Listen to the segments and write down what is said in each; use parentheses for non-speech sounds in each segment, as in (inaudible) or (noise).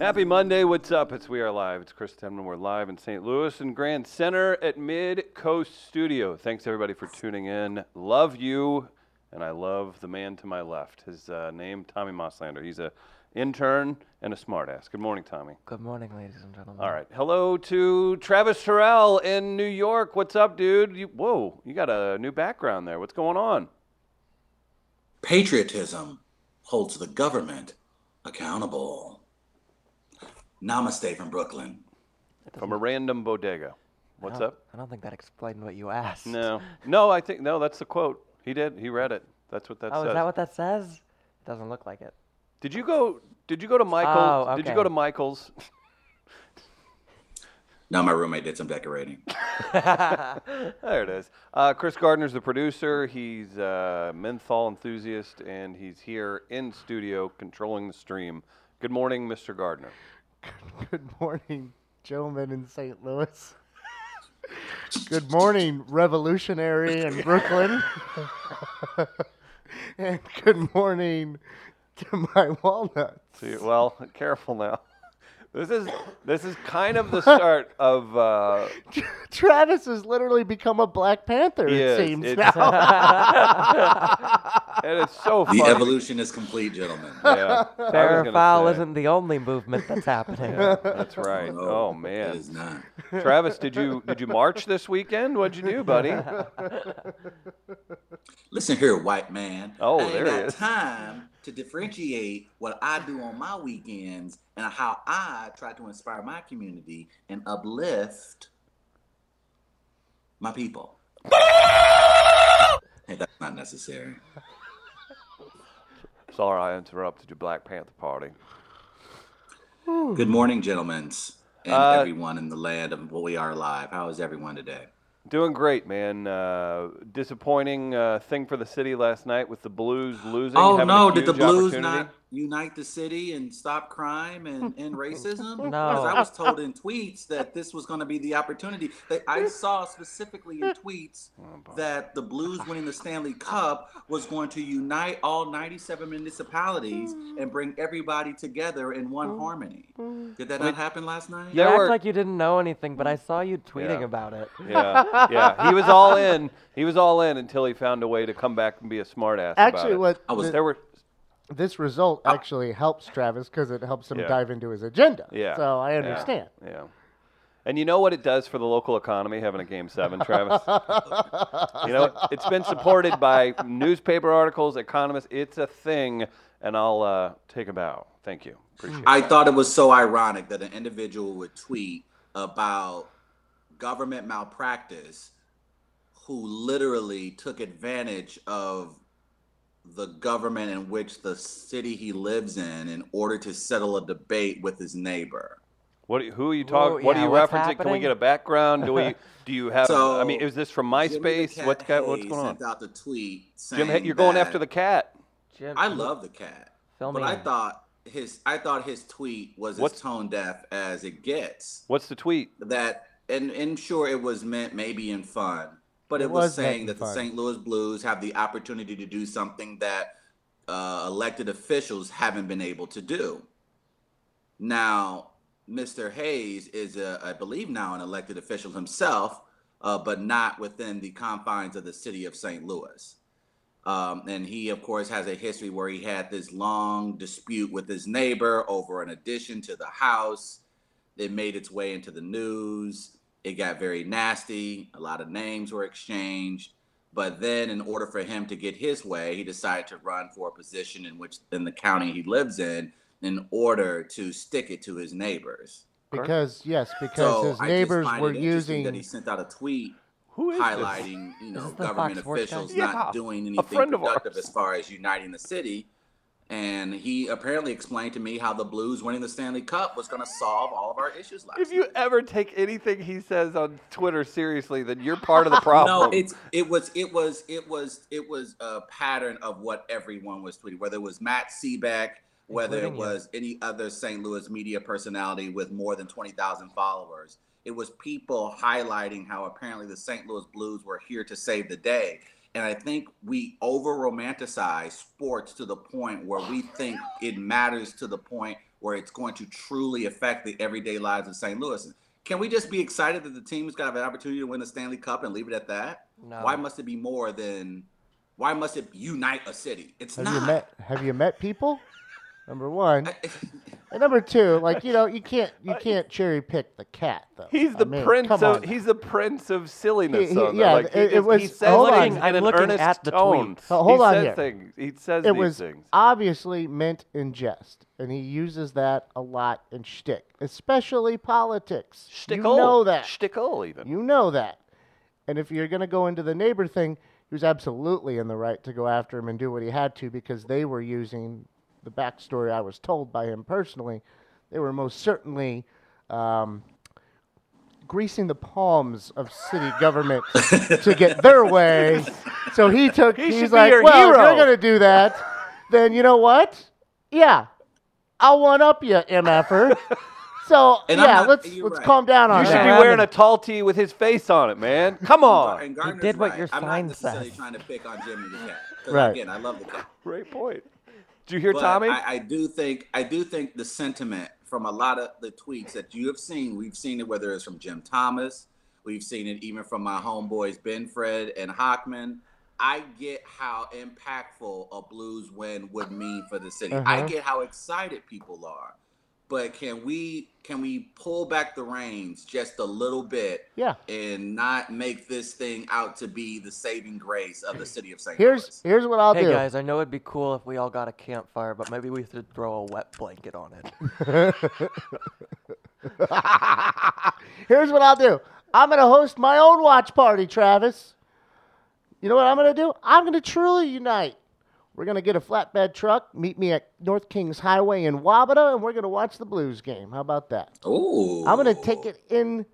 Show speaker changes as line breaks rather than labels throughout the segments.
Happy Monday. What's up? It's We Are Live. It's Chris Temlin. We're live in St. Louis and Grand Center at Mid Coast Studio. Thanks everybody for tuning in. Love you, and I love the man to my left. His uh, name, Tommy Mosslander. He's a intern and a smartass. Good morning, Tommy.
Good morning, ladies and gentlemen.
All right. Hello to Travis Terrell in New York. What's up, dude? You, whoa, you got a new background there. What's going on?
Patriotism holds the government accountable. Namaste from Brooklyn.
From a random bodega. What's
I don't-
up?
I don't think that explained what you asked.
No, no, I think no. That's the quote. He did. He read it. That's what that
Oh,
says.
is that what that says? It doesn't look like it.
Did you go? Did you go to Michael's?
Oh,
Did you
okay.
go to Michael's? (laughs)
Now my roommate did some decorating.
there it is. Uh, Chris Gardner's the producer. He's a menthol enthusiast, and he's here in studio controlling the stream. Good morning, Mr. Gardner.
Good morning, gentlemen in St. Louis. Good morning, revolutionary in Brooklyn. and good morning to my walnuts.
See, well, (laughs) careful now. This is this is kind of the
(laughs)
start of. Uh,
Travis has literally become a Black Panther,
He
it
is.
(laughs)
seems
It's- (laughs)
now.
and it's so (laughs)
The
funny.
evolution is
(laughs)
complete, gentlemen. Oh,
Yeah, I was
Fair
gonna
foul
say.
isn't the only movement that's happening.
(laughs) That's right.
No,
Oh man.
It is not.
Travis, did you did you march this weekend? What'd you do,
(laughs)
buddy?
Listen here, white man.
Oh,
I ain't
there he
got
is.
time to differentiate what I do on my weekends and how I try to inspire my community and uplift my people.
(laughs)
hey, that's not necessary.
Sorry, I interrupted your Black Panther party.
Good morning, gentlemen, and
Uh,
everyone in the land of what we are live. How is everyone today?
Doing great, man. Uh, disappointing uh, thing for the city last night with the Blues losing.
Oh
having a
no! Did the
huge
Blues
opportunity.
not unite the city and stop crime
(laughs)
and end racism?
No.
because I was told in tweets that this was going to be the opportunity. That I saw specifically in tweets
Oh,
that the Blues winning the Stanley Cup was going to unite all 97 municipalities and bring everybody together in
Mm.
one harmony. Did that not happen last night?
You
There
act
were-
like you didn't know anything, but I saw you tweeting
Yeah.
about it.
Yeah, yeah. He was all in. He was all in until he found a way to come back and be a smartass. about
Actually,
it.
what
I was
th-
there were.
this result actually helps Travis because it helps him
Yeah.
dive into his agenda.
Yeah.
So I
Yeah.
understand.
Yeah. And you know what it does for the local economy having a game seven, Travis? you know, it's been supported by newspaper articles, economists. It's a thing, and I'll uh, take a bow. Thank you. Appreciate it.
I thought it was so ironic that an individual would tweet about government malpractice who literally took advantage of the government in which the city he lives in in order to settle a debate with his neighbor.
What, are- who are you talking?
Whoa,
What
yeah,
are you
what's
referencing? Can we
happening?
get a background? Do
(laughs)
we? Do you have? I
So,
mean, is this from
Jimmy the
MySpace?
Cat
What's got, what's
Hayes
going on?
Sent out the tweet
Jim,
saying
hey, you're going
that-
after the cat.
Jim,
I love the cat,
Fill
but
me
I
in.
thought his I thought his tweet was
What's-
as tone deaf as it gets.
What's the tweet?
that and and sure it was meant maybe in fun but
It
it, was,
was meant
saying
in
that the
fun.
st louis blues have the opportunity to do something that uh, elected officials haven't been able to do now mr hayes is a, i believe now an elected official himself uh, but not within the confines of the city of st louis um, and he, of course, has a history where he had this long dispute with his neighbor over an addition to the house. It made its way into the news. It got very nasty. A lot of names were exchanged. But then, in order for him to get his way, he decided to run for a position in which in the county he lives in, in order to stick it to his neighbors.
Correct.
(laughs) Because, yes, because
so
his
I just
neighbors
find
were
it interesting
using.
that he sent out a tweet
Who is this?
highlighting, you know,
this the
government
Fox Sports
officials
guy? Yeah,
not doing anything
friend of
productive
ours.
as far as uniting the city. And he apparently explained to me how the Blues winning the Stanley Cup was going to solve all of our issues last
If
night.
you ever take anything he says on Twitter seriously, then you're part of the
(laughs) No,
problem.
it's it was it was it was it was a pattern of what everyone was tweeting, whether it was Matt Seaback, whether it
Including you.
was any other St. Louis media personality with more than twenty thousand followers. It was people highlighting how apparently the St. Louis Blues were here to save the day. And I think we over romanticize sports to the point where we think it matters to the point where it's going to truly affect the everyday lives of St. Louis. Can we just be excited that the team has got an opportunity to win the Stanley Cup and leave it at that?
No.
Why must it be more than? Why must it unite a city? It's
Have
not.
you met Have you met people? Number one,
I-
and number two, like you know, you can't you can't cherry pick the cat though.
Uh, He's
I
the
mean,
prince
come
of
on.
he's the prince of silliness.
He- he-
on that.
yeah,
like, he
it- it
just-
was-
he says
hold on.
things in
I'm
an
looking
earnest
at the
tone.
tweets.
Oh, hold
he
on
says
here.
Things. He says
it
these
was
things.
obviously meant in jest, and he uses that a lot in shtick, especially politics.
Shtickle.
You know that.
Shtickle even.
You know that. And if you're going to go into the neighbor thing, he was absolutely in the right to go after him and do what he had to because they were using the backstory I was told by him personally. They were most certainly um, greasing the palms of city
(laughs)
government to get their way. So he took,
He should
he's
be
like,
your
well,
hero."
if you're going to do that, then you know what? Yeah, I'll one up you,
(laughs)
MFer. er." So
And I'm
yeah,
not-
let's
you're
let's
right.
calm down on
You
that.
should be
We're
wearing
having-
a tall tee with his face on it, man.
(laughs)
Come on.
and Gardner's
did what
right.
your
I'm
sign
not necessarily
says.
trying to pick on Jimmy the cat. 'cause
Right.
Again, I love the cat.
Great point. Did you hear
But
Tommy?
I, I do think I do think the sentiment from a lot of the tweets that you have seen, we've seen it whether it's from Jim Thomas, we've seen it even from my homeboys Ben Fred and Hockman. I get how impactful a blues win would mean for the city. I
Uh-huh.
get how excited people are. But can we can we pull back the reins just a little bit
Yeah.
and not make this thing out to be the saving grace of the city of St.
Here's here's what I'll
hey
do.
guys, I know it'd be cool if we all got a campfire, but maybe we should throw a wet blanket
(laughs)
on it.
(laughs) here's what I'll do. I'm gonna host my own watch party, Travis. You know what I'm gonna do? I'm gonna truly unite. We're gonna get a flatbed truck, meet me at North Kings Highway in Wabata, and we're gonna watch the Blues game. How about that?
Louis. Ooh.
I'm gonna take it in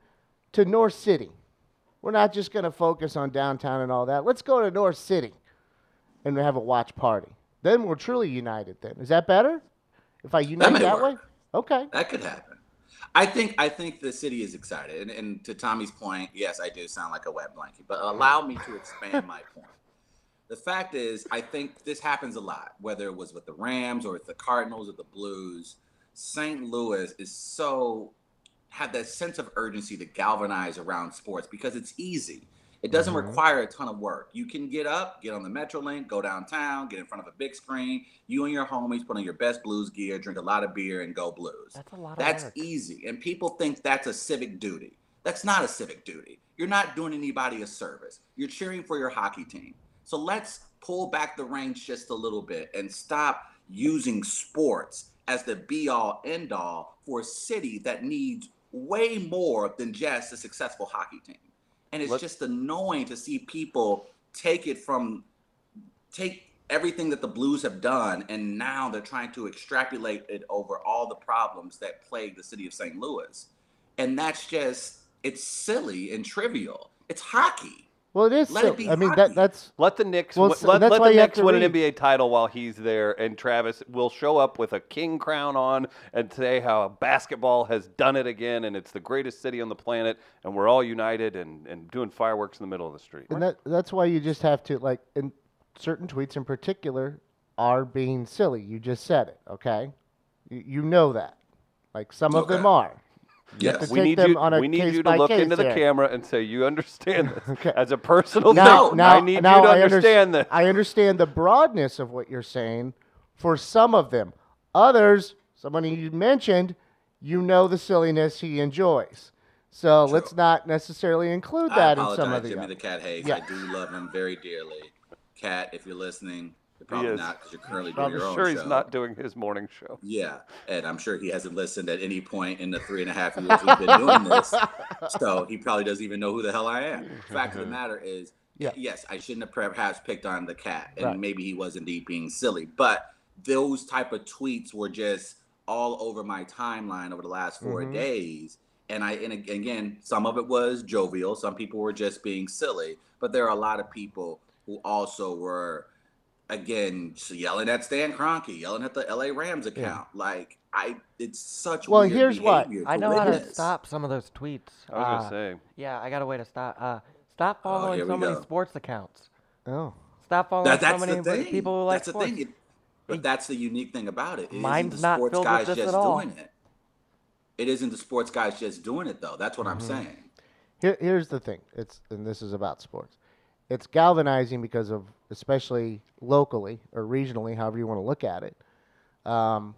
to North City. We're not just gonna focus on downtown and all that. Let's go to North City and have a watch party. Then we're truly united. Then is that better? If I unite
may
that, way,
work.
okay.
That could happen. I think I think the city is excited, and, and to Tommy's point, yes, I do sound like a wet blanket, but allow me to expand my point. The fact is, I think this happens a lot, whether it was with the Rams or with the Cardinals or the Blues. St. Louis is so had that sense of urgency to galvanize around sports because it's easy. It doesn't require a ton of work. You can get up, get on the MetroLink, go downtown, get in front of a big screen. You and your homies put on your best blues gear, drink a lot of beer, and go blues.
That's a lot of
That's
work.
easy. And people think that's a civic duty. That's not a civic duty. You're not doing anybody a service. You're cheering for your hockey team. So let's pull back the reins just a little bit and stop using sports as the be all end all for a city that needs way more than just a successful hockey team. And it's
Let-
just annoying to see people take it from take everything that the Blues have done, and now they're trying to extrapolate it over all the problems that plague the city of St. Louis. And that's just, it's silly and trivial. It's hockey.
Well, it is.
Let it
silly.
be
I mean,
hockey.
that that's
Let the Knicks
Well,
wi-
so
let,
that's
let
why
the
you have
Knicks
to
win an
read.
NBA title while he's there, and Travis will show up with a king crown on and say how basketball has done it again, and it's the greatest city on the planet, and we're all united and, and doing fireworks in the middle of the street.
and that that's why you just have to like. And certain tweets in particular are being silly. You just said it, okay? You, you know that. Like some of them
Okay.
are.
Yes.
take
need
them
you,
on a
we need you to
case-by-case
look into the
there.
camera and say you
(laughs)
understand this
Okay.
as a personal (laughs)
Now-
thing.
now-
I need you to
I under-
understand this.
I understand the broadness of what you're saying for some of them. Others, someone you mentioned, you know the silliness he enjoys. So
True.
let's not necessarily include
I
that in
apologize,
some of the.
Jimmy the Cat Hayes. I
Yeah.
do love him very dearly. Cat, if you're listening, you're probably
is.
not because you're currently doing
I'm
your own
sure he's
show.
not doing his morning show.
Yeah, and I'm sure he hasn't listened at any point in the three and a half years we've been doing
(laughs)
this. So he probably doesn't even know who the hell I am. Fact of
(laughs)
the matter is,
Yeah.
yes, I shouldn't have perhaps picked on the cat, and
Right.
maybe he was indeed being silly. But those type of tweets were just all over my timeline over the last 4
Mhm.
days. And I and ag- again, some of it was jovial. Some people were just being silly, but there are a lot of people who also were again yelling at Stan Kroenke, yelling at the LA Rams account. Like I, it's such.
Well,
weird
here's what.
behavior
I
to
know how to
witness.
stop some of those tweets.
I was
Ah.
Uh,
gonna say
Yeah, I got a way to stop. Uh, stop
Oh,
following
here we
so many
go.
sports accounts.
Oh.
Stop following
That, that's
so many
the thing.
people who like
that's the
sports.
thing. It- But that's the unique thing about it. It
Mine's
not
not
the sports
filled with
guys
this
just
at all.
doing it. It isn't the sports guys just doing it though. That's what I'm saying.
Here, here's the thing. It's and this is about sports. It's galvanizing because of especially locally or regionally, however you want to look at it, um,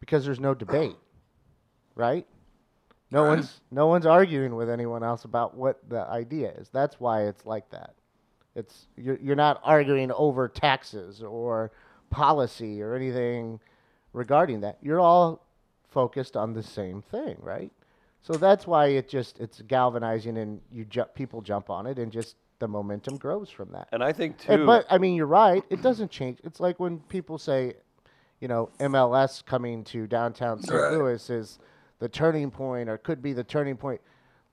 because there's no debate, right? No
Right.
one's no one's arguing with anyone else about what the idea is. That's why it's like that. It's you're you're not arguing over taxes or policy or anything regarding that. You're all focused on the same thing, right? So that's why it just it's galvanizing, and you jump people jump on it, and just the momentum grows from that.
And I think too.
And- but I mean, you're right. It doesn't change. It's like when people say, you know, MLS coming to downtown St.
Right.
Louis is the turning point, or could be the turning point.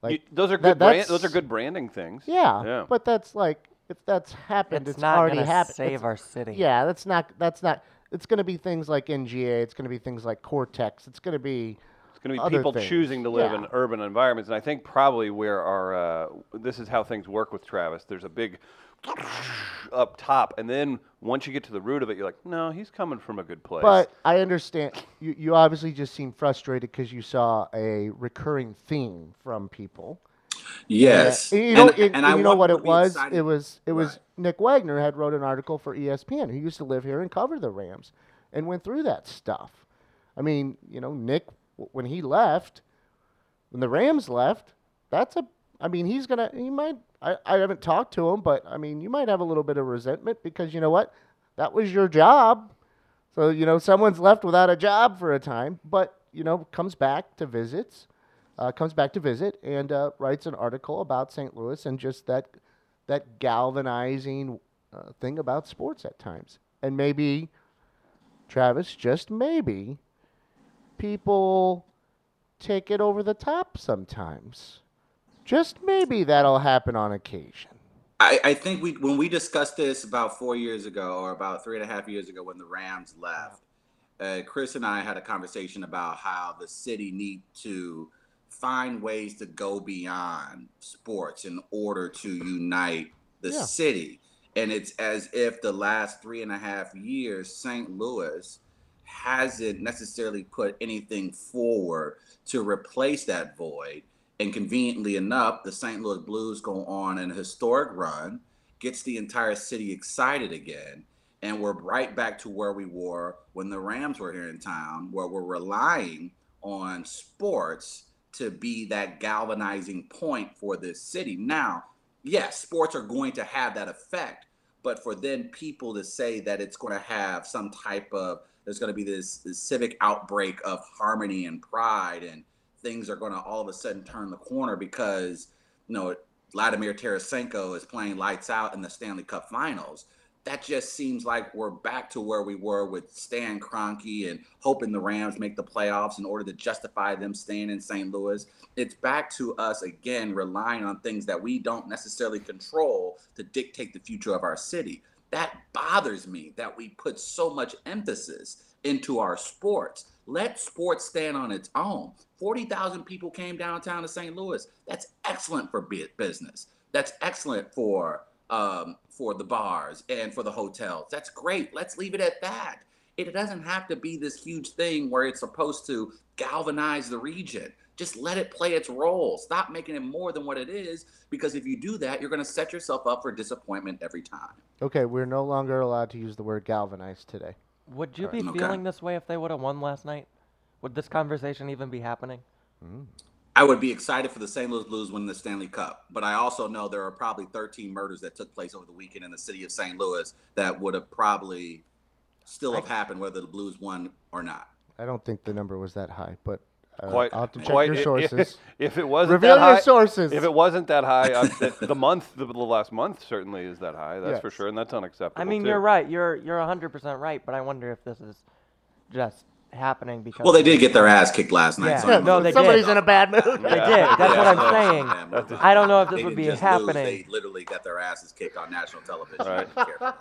you-
Like
those are
that-
good. brand,
that's-
those are good branding things.
Yeah,
Yeah.
but that's like if that's happened, it's,
it's not
already
gonna
happened.
save
It's-
our city.
yeah, that's not. That's not. It's going to be things like NGA. It's going to be things like Cortex. It's going to be
It's going to be
other
people
things.
choosing to live in
Yeah.
urban environments, and I think probably where our uh, this is how things work with Travis. There's a big (sniffs) up top, and then once you get to the root of it, you're like, no, he's coming from a good place.
But I understand you, you obviously just seem frustrated because you saw a recurring theme from people.
Yes.
And you know, it- and
I
you know
want
what
them to
it
be
was?
excited.
It was it was
Right.
Nick Wagner had wrote an article for E ESPN who used to live here and cover the Rams and went through that stuff. I mean, you know, Nick w- when he left, when the Rams left, that's a I mean, he's going to he might I, I haven't talked to him, but I mean, you might have a little bit of resentment because you know what? That was your job. So, you know, someone's left without a job for a time, but, you know, comes back to visits, uh, comes back to visit and uh, writes an article about St. Louis and just that, that galvanizing uh, thing about sports at times. And maybe, Travis, just maybe, people take it over the top sometimes. Just maybe that'll happen on occasion.
I, I think we when we discussed this about four years ago or about three and a half years ago when the Rams left, uh, Chris and I had a conversation about how the city need to find ways to go beyond sports in order to unite the
Yeah.
city. And it's as if the last three and a half years, St. Louis hasn't necessarily put anything forward to replace that void. And conveniently enough, the St. Louis Blues go on an historic run, gets the entire city excited again. And we're right back to where we were when the Rams were here in town, where we're relying on sports to be that galvanizing point for this city. Now, yes, sports are going to have that effect, but for then people to say that it's going to have some type of there's going to be this, this civic outbreak of harmony and pride and things are going to all of a sudden turn the corner because you know Vladimir Tarasenko is playing lights out in the Stanley Cup Finals. That just seems like we're back to where we were with Stan Kroenke and hoping the Rams make the playoffs in order to justify them staying in St. Louis. It's back to us again relying on things that we don't necessarily control to dictate the future of our city. That bothers me that we put so much emphasis into our sports. Let sports stand on its own. 40,000 people came downtown to St. Louis. That's excellent for bu- business. That's excellent for um, for the bars and for the hotels. That's great. Let's leave it at that. It doesn't have to be this huge thing where it's supposed to galvanize the region. Just let it play its role. Stop making it more than what it is because if you do that, you're going to set yourself up for disappointment every time.
Okay, we're no longer allowed to use the word galvanized today.
Would you be
Alright. Okay.
feeling this way if they would have won last night? Would this conversation even be happening?
I would be excited for the St. Louis Blues winning the Stanley Cup, but I also know there are probably 13 murders that took place over the weekend in the city of St. Louis that would have probably still have happened whether the Blues won or not.
I don't think the number was that high, but uh,
quite,
I'll have to check
quite-
your
i- (laughs) i-
sources.
If, it wasn't
Reveal
that high,
your sources.
If it wasn't that high,
(laughs)
I, the, the month, the, the last month certainly is that high. That's for
Yes.
sure, and that's unacceptable.
I mean,
too.
you're right. You're you're 100% right, but I wonder if this is just happening because
Well, they did get their ass kicked last night.
Yeah.
so
Yeah,
I'm
no,
gonna-
they did. Somebody's in
a bad mood.
They did. That's
Yeah.
what I'm
Yeah.
saying.
Yeah, never mind.
I don't know if this
They
would
didn't
be
just lose,
happening.
They literally got their asses kicked on national television.
Right.
I don't care.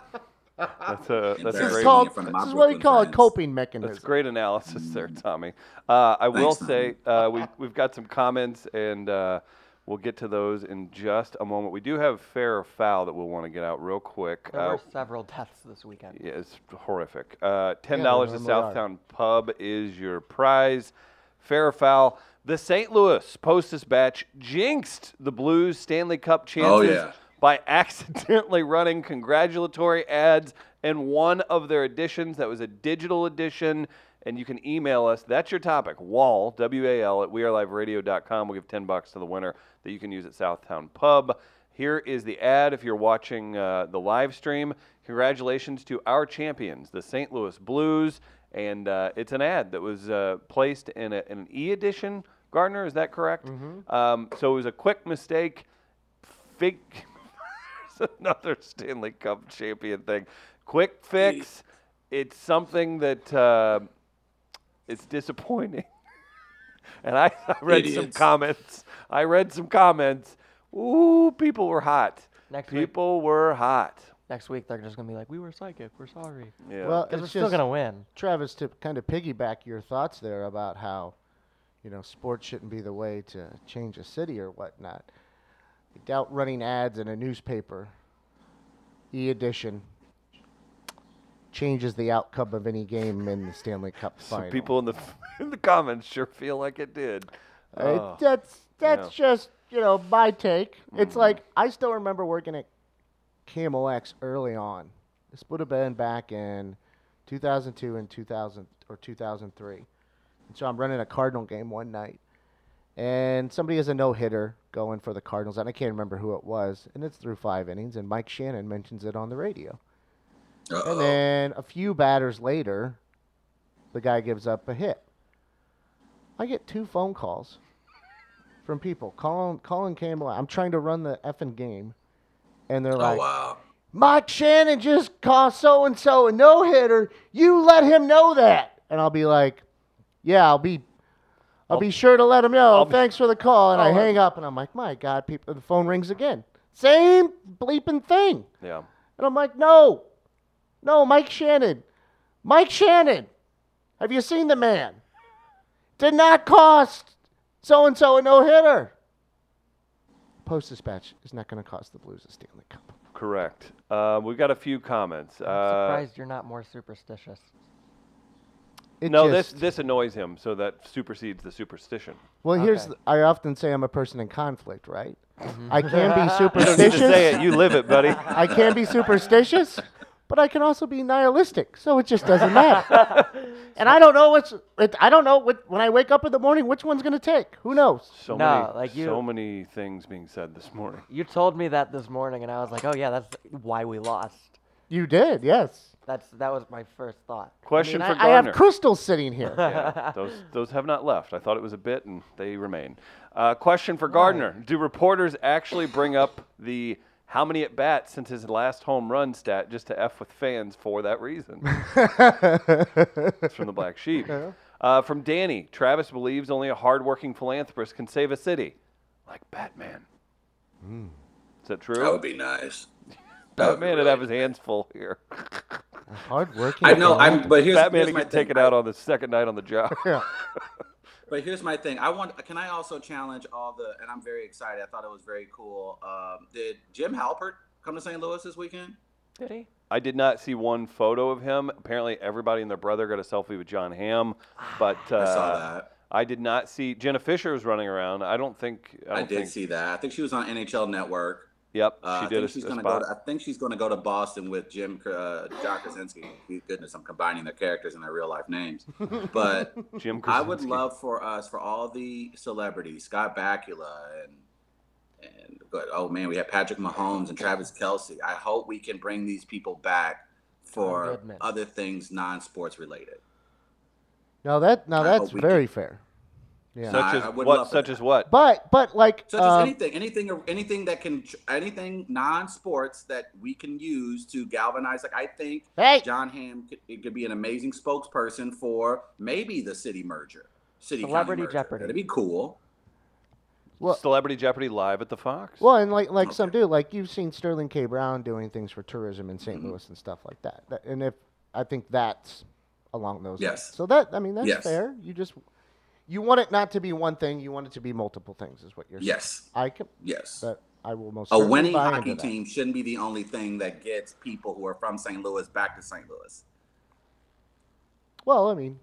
That's a that's a
(laughs) This is
great.
called.
front of my
This is what we
Brooklyn
call a
friends.
coping mechanism.
That's great analysis there, Tommy. Uh, I will
Thanks,
say uh, we, we've got some comments, and uh, We'll get to those in just a moment. We do have fair or foul that we'll want to get out real quick.
There
Uh,
were several deaths this weekend.
yeah, it's horrific. Uh, Ten dollars to
normally are.
Southtown Pub is your prize. Fair or foul. The St. Louis Post Dispatch jinxed the Blues Stanley Cup chances
Oh, yeah.
by (laughs) accidentally running congratulatory ads in one of their editions. That was a digital edition, and you can email us. That's your topic. Wall W A L at weareliveradio.com. We'll give ten bucks to the winner that you can use at Southtown Pub. Here is the ad. If you're watching uh, the live stream, congratulations to our champions, the St. Louis Blues. And uh, it's an ad that was uh, placed in, a, in an e edition. Gardner, is that correct? Um, so it was a quick mistake fig (laughs) There's another Stanley Cup champion thing. Quick fix. It's something that uh, it's disappointing. (laughs) and I, I read some
Idiots.
comments. I read some comments. Ooh, people were hot.
Next week-
people were hot.
Next week they're just gonna be like, "We were psychic. We're sorry."
Yeah.
Well,
Because
it's
we're
just
still gonna win.
Travis to kind of piggyback your thoughts there about how, you know, sports shouldn't be the way to change a city or whatnot. I doubt running ads in a newspaper, e edition, changes the outcome of any game in the Stanley Cup
some
final.
people in the (laughs) in the comments sure feel like it did.
Uh,
Oh.
that's that's just you know my take. It's like I still remember working at Camel X early on. This would have been back in 2002 and 2000 or 2003. And so I'm running a Cardinal game one night, and somebody has a no hitter going for the Cardinals, and I can't remember who it was, and it's through five innings, and Mike Shannon mentions it on the radio.
Uh-oh.
And then a few batters later, the guy gives up a hit. I get two phone calls from people calling calling Campbell. I'm trying to run the effing game, and they're
oh
like,
wow.
"Mike Shannon just cost so and so a no hitter. You let him know that." And I'll be like, "Yeah, I'll be." I'll, be sure to let him know.
be-
Thanks for the call. And I
I'll-
hang up and I'm like, my God, people, the phone rings again. Same bleeping thing.
Yeah.
And I'm like, no, no, Mike Shannon. Mike Shannon, have you seen the man? Did not cost so and so a no hitter. Post Dispatch is not going to cost the Blues a Stanley Cup.
Correct. Uh, we've got a few comments.
I'm
Uh,
surprised you're not more superstitious.
It
no,
just-
this this annoys him, so that supersedes the superstition.
Well, here's
Okay.
the- I often say I'm a person in conflict, right? I
Mm-hmm. (laughs) You
can be
don't need to say
superstitious.
it. You live it,
(laughs)
buddy.
I can be superstitious, but I can also be nihilistic. So it just
(laughs)
doesn't matter. and I don't know what's. It, I don't know what, when I wake up in the morning which one's going to take. Who knows?
So
No,
many,
like you-
so many things being said this
(laughs)
morning.
You told me that this morning, and I was like, "Oh yeah, that's why we lost."
You did, yes.
That's that was my first thought.
Question
I,
for
I
Gardner.
have crystals sitting here.
Yeah, those those have not left. I thought it was a bit, and they remain. Uh, question for Gardner: Do reporters actually bring up the how many at bats since his last home run stat just to f with fans for that reason? It's from the Black
(laughs)
Sheep. Uh, from Danny: Travis believes only a hardworking philanthropist can save a city, like Batman.
Hmm.
Is that true?
That would be nice. That would be
Batman would
really
have his hands full here.
Hard working.
I know. I'm. But here's,
Batman
here's my
could take it
thing.
out on the second night on the job. (laughs)
But here's my thing. I want. Can I also challenge all the? And I'm very excited. I thought it was very cool. Um, did Jim Halpert come to St. Louis this weekend?
Did he?
I did not see one photo of him. Apparently, everybody and their brother got a selfie with John Hamm, but uh,
(sighs) I saw that.
I did not see Jenna Fisher was running around. I don't think. I,
I,
don't
did
think,
see that. I think she was on NHL Network.
Yep,
Uh,
she
I
did
think
a,
she's
a
gonna
spot.
go. To, I think she's going to go to Boston with Jim uh, John Krasinski. Goodness, I'm combining their characters and their real
(laughs)
life names. But
Jim
I would
Krasinski.
love for us for all the celebrities, Scott Bakula and and but, oh man, we have Patrick Mahomes and Travis Kelsey. I hope we can bring these people back
Tom
for
Goodman.
other things non-sports related.
Now that now
I
that's
hope we
very fair. Yeah.
Such
I-
as
I would
what?
love
Such
that.
as what?
but but like
Such
um,
as anything, anything, anything that can, anything non-sports that we can use to galvanize. Like I think
hey,
John Hamm could, it could be an amazing spokesperson for maybe the city merger, city county
Celebrity
merger.
Jeopardy.
That'd be cool.
well,
Celebrity Jeopardy live at the Fox.
well, and like
Oh,
like some dude, like you've seen Sterling K. Brown doing things for tourism in
Mm-hmm.
saint Louis and stuff like that. That- And if I think that's along those. lines.
Yes.
So that I mean that's
Yes.
fair. You just you want it not to be one thing. You want it to be multiple things, is what you're saying.
Yes.
I can.
Yes.
That I will most.
A
certainly
winning
buy
hockey
into that.
team shouldn't be the only thing that gets people who are from St. Louis back to St. Louis. (laughs)
Well, I mean,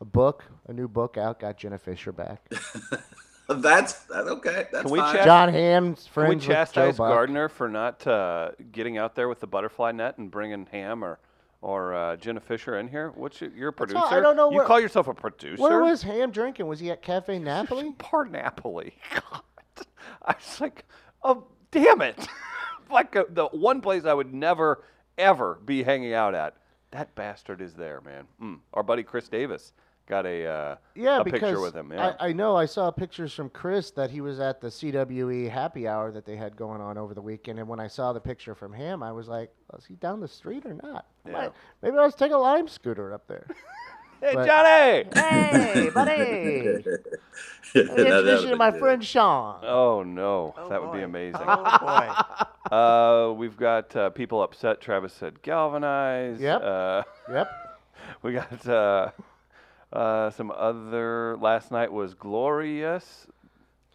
a book, a new book out, got Jenna Fisher back.
(laughs)
That's that's okay. That's
we
fine. (laughs)
check-
John Hamm's
Can we
friends with Joe
chastise
Buck.
Gardner for not uh, getting out there with the butterfly net and bringing Ham or or uh, Jenna Fisher in here? What's your, you're a
That's
producer?
all- I don't know
You
where-
call yourself a producer?
Where was Ham drinking? Was he at Cafe
(laughs)
Napoli?
Pardon Napoli. (laughs) God. I was like, oh, damn it. (laughs) like uh the one place I would never, ever be hanging out at. That bastard is there, man. Mm. Our buddy Chris Davis got a, uh,
Yeah,
a
because
picture with him. Yeah.
I, I know I saw pictures from Chris that he was at the CWE happy hour that they had going on over the weekend, and when I saw the picture from him, I was like, "Was he down the street or not? I
Yeah.
might- maybe I was taking a lime scooter up there."
hey,
but-
Johnny!
(laughs) hey, (laughs) buddy!
That- that
Introduce you to
would've
my
been
friend Sean.
Oh, no.
Oh,
that would be
boy.
amazing.
Oh boy.
(laughs) Uh, we've got uh, people upset. Travis said galvanized.
Yep.
Uh, (laughs)
Yep.
we got uh, uh, some other. Last night was glorious.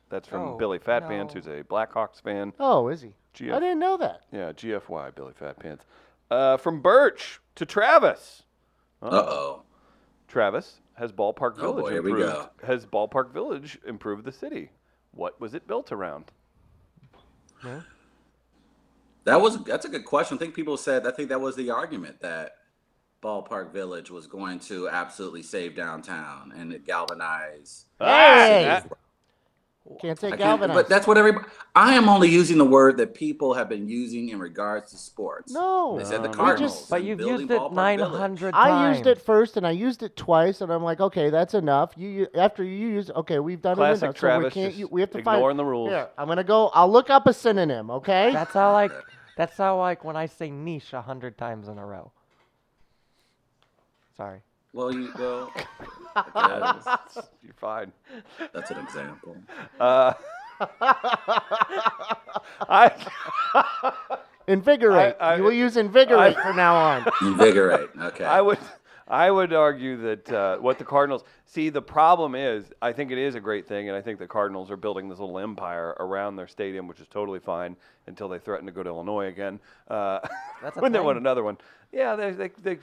That's from
Oh,
Billy Fatpants,
no.
who's a Blackhawks fan.
Oh, is he?
GF.
I didn't know that.
Yeah, GFY, Billy Fatpants. Uh, from Birch to Travis.
good. Uh-oh.
Travis has Ballpark
Oh, boy,
Village
here we
improved.
go.
Has Ballpark Village improved the city? What was it built around?
That was that's a good question. I think people said I think that was the argument that Ballpark Village was going to absolutely save downtown and it galvanized.
Hey!
Can't
I
say
can't-
galvanized.
but that's what everybody. I am only using the word that people have been using in regards to sports.
no.
They said the
Um,
Cardinals.
just-
But
and
you've
building
used it
Ballpark Village.
900 times.
I used it first, and I used it twice, and I'm like, okay, that's enough. You u- after you use, okay, we've done
Classic
it enough,
Travis,
so we can't.
just
u- We have to
ignoring
find
the rules.
Here, I'm gonna go. I'll look up a synonym. Okay.
That's how like that's how like when I say niche a hundred times in a row. Sorry.
Well, you
(laughs)
well. I guess
You're fine.
that's an example.
Uh, (laughs) I.
invigorate.
I- I-
you will use invigorate from
(laughs)
now on.
Invigorate. Okay.
I would I would argue that uh, what the Cardinals see the problem is I think it is a great thing and I think the Cardinals are building this little empire around their stadium which is totally fine until they threaten to go to Illinois again uh,
(laughs) That's a
when they
thing.
want another one yeah they, they, they,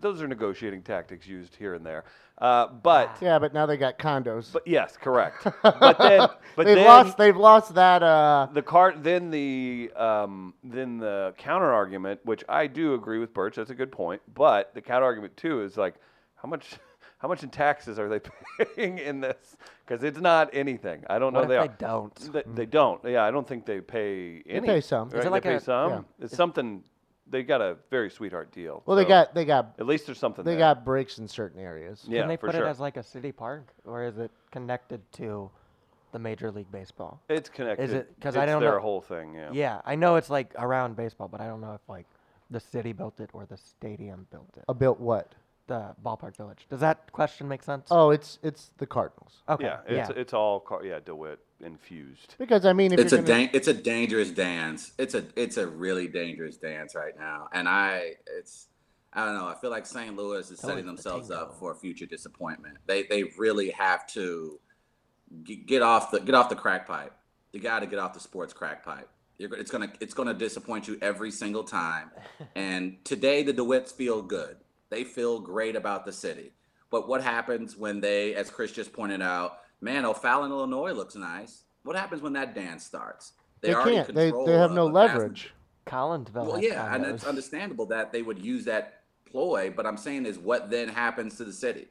those are negotiating tactics used here and there uh, but
Ah.
Yeah, but now they got condos.
but yes
(laughs)
correct but then but
they've
then
lost. They've lost that. Uh,
the car then the um, then the counter argument, which I do agree with Birch, that's a good point. But the counter argument too is like, how much (laughs) how much in taxes are they (laughs) paying in this? Because it's not anything. I don't
What
know
if
are.
they don't?
They, they don't. Yeah, I don't think they pay any.
pay some. Is
right?
it like
they pay
a-
some.
yeah.
It's something. They got a very sweetheart deal.
well, they
so
got. They got.
At least there's something.
They
there.
got breaks in certain areas.
Yeah,
Can they
for
put
sure.
it as like a city park, or is it connected to the Major League Baseball?
It's connected.
it- 'cause I
It's
don't
their
know-
whole thing. Yeah.
Yeah, I know it's like around baseball, but I don't know if like the city built it or the stadium built it.
Uh, built what?
The ballpark village. Does that question make sense?
Oh, it's it's the Cardinals.
okay.
Yeah. It's it's all car- yeah Dewitt infused.
Because I mean, if
it's a
you're gonna,
dan- it's a dangerous dance. It's a it's a really dangerous dance right now, and I it's I don't know. I feel like St. Louis is
Tell
setting
it the
themselves
tingle.
up for future disappointment. They they really have to g- get off the get off the crack pipe. You got to get off the sports crack pipe. You're, go- it's gonna it's gonna disappoint you every single time. and today the Dewitts feel good. They feel great about the city. But what happens when they, as Chris just pointed out, man, O'Fallon, Illinois looks nice. What happens when that dance starts?
they
already
can't. They
control uh,
they have
a-
no
a vast-
leverage.
Collinsville.
Well,
has
yeah, and
condos.
it's understandable that they would use that ploy. But I'm saying is, what then happens to the city?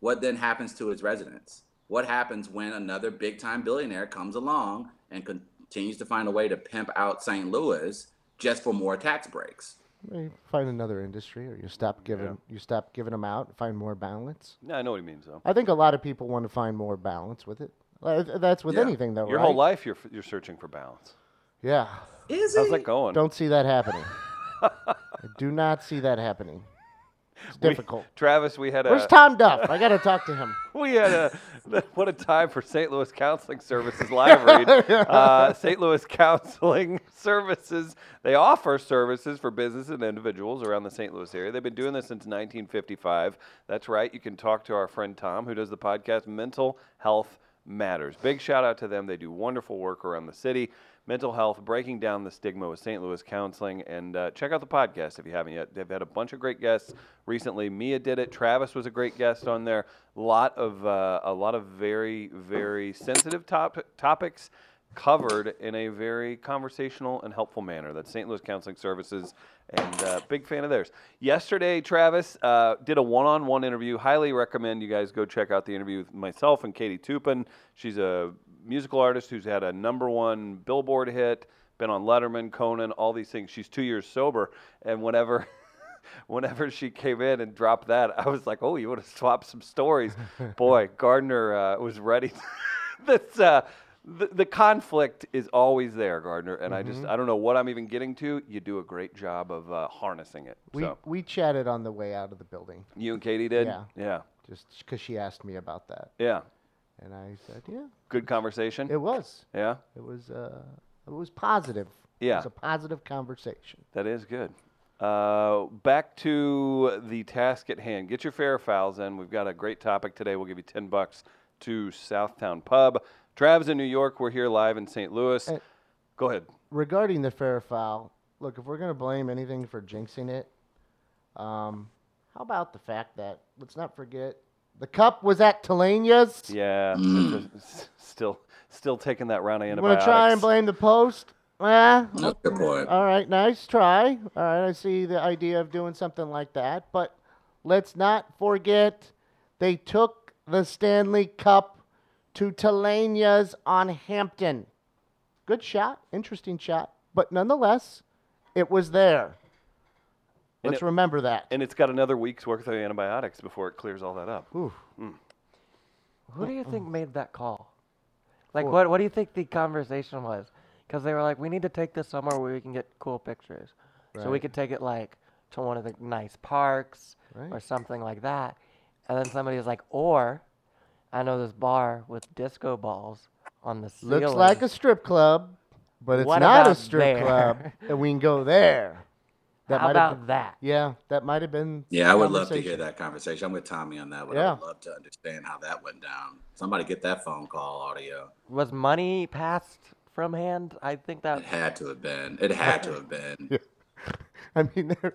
What then happens to its residents? What happens when another big time billionaire comes along and continues to find a way to pimp out St. Louis just for more tax breaks?
Well, you Eh, find another industry, or you stop giving you stop giving them out. and Find more balance.
Yeah, I know what he means though.
I think a lot of people want to find more balance with it. Uh, th- That's with
Yeah.
anything, though,
Your
right?
whole life you're f- you're searching for balance.
Yeah,
Is
How's that going?
don't see that happening. I do not see that happening.
(laughs)
It's
We- uh,
difficult.
Travis, we had a
Where's Tom Duff? I got to talk
(laughs)
to him.
we had
(laughs)
a what a time for St. Louis Counseling Services live read.
(laughs)
Uh, St. Louis Counseling (laughs) Services they offer services for businesses and individuals around the St. Louis area. They've been doing this since 1955. That's right. You can talk to our friend Tom, who does the podcast Mental Health Matters. Big shout out to them. They do wonderful work around the city. Mental health, breaking down the stigma with St. Louis Counseling, and uh, check out the podcast if you haven't yet. They've had a bunch of great guests recently. Mia did it. Travis was a great guest on there. Lot of uh, a lot of very very sensitive top- topics covered in a very conversational and helpful manner. That's St. Louis Counseling Services, and uh, big fan of theirs. Yesterday, Travis uh, did a one-on-one interview. Highly recommend you guys go check out the interview with myself and Katie Tupin. She's a musical artist who's had a number one Billboard hit, been on Letterman, Conan, all these things. She's two years sober, and whenever. (laughs) Whenever she came in and dropped that, I was like, "Oh, you want to swap some
(laughs)
stories?" Boy, Gardner uh, was ready. (laughs) That's uh, the, the conflict is always there, Gardner, and I
Mm-hmm.
just I don't know what I'm even getting to. You do a great job of uh, harnessing it.
We
so
we chatted on the way out of the building
you and Katie did,
Yeah.
yeah,
just because she asked me about that,
yeah.
and I said, yeah,
Good conversation.
it was.
yeah,
It was. Uh, it was positive. It
Yeah.
was a positive conversation.
that is good. Uh, back to the task at hand. Get your fair fouls in. We've got a great topic today. We'll give you ten bucks to Southtown Pub. Trav's in New York. We're here live in St. Louis.
Uh,
Go ahead.
regarding the fair foul, look, if we're going to blame anything for jinxing it, um, how about the fact that, let's not forget, the cup was at Tulania's?
Yeah,
Mm.
s- still still taking that round of
You
antibiotics.
want to try and blame the post? Eh,
That's a good point.
all right, nice try. All right, I see the idea of doing something like that, but let's not forget they took the Stanley Cup to Tulania's on Hampton. Good shot, interesting shot, but nonetheless, it was there.
And
Let's
it-
remember that.
And it's got another week's worth of antibiotics before it clears all that up.
Oof.
Who do you think made that call? Like,
Well-
what, what do you think the conversation was? Because they were like, we need to take this somewhere where we can get cool pictures. So we
Right.
could take it, like, to one of the nice parks or
Right.
something like that. And then somebody was like, or I know this bar with disco balls on the ceiling.
Looks like a strip club, but it's
What
not a
about
strip
there? (laughs)
club, and we can go there. That
How
might have been,
about that?
yeah, that might have been.
Yeah, I would love to hear
conversation.
that conversation. I'm with Tommy on that one. I
Yeah.
would love to understand how that went down. Somebody get that phone call audio.
Was money passed from hand? I think that
(laughs)
It had to have been. It had (laughs) to have been.
(laughs) I mean, they're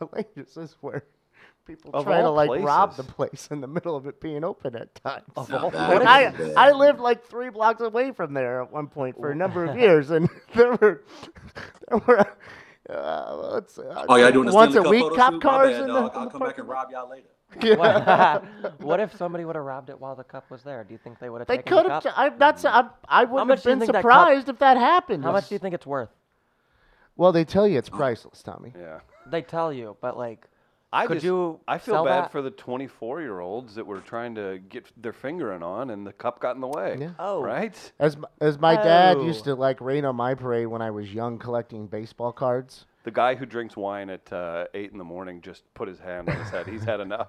Delaney's is where people
Of
try to
all
like rob the
places.
place in the middle of it being open at times. (laughs)
Now that
When
would
I
have been-
I lived like three blocks away from there at one point for a number
(laughs)
of years, and (laughs) there were there were. Uh, let's, uh,
Oh, y'all doing a
once
Stanley
a
Cup photo
week cop
shoot? My
cars
bad,
in the,
dog.
in (laughs)
I'll
the
come back and
parking lot.
rob y'all later.
Yeah.
what, (laughs) what if somebody would have robbed it while the cup was there? Do you think they would have
They
taken
could
the
have.
cup?
T- I'm not.
Mm-hmm.
s- I'm, I wouldn't
much
have
do you
been
think that cup-
surprised if that happened.
How much do you think it's worth?
Well, they tell you it's priceless, Tommy.
Yeah.
They tell you, but like,
I
Could
just,
you
I feel
sell
bad
that?
for the 24 year olds that were trying to get their fingering on and the cup got in the way.
Yeah.
Oh.
Right?
As m- as my dad
Oh.
used to like rain on my parade when I was young, collecting baseball cards.
The guy who drinks wine at uh, 8 in the morning just put his hand on his head. He's had
(laughs)
enough.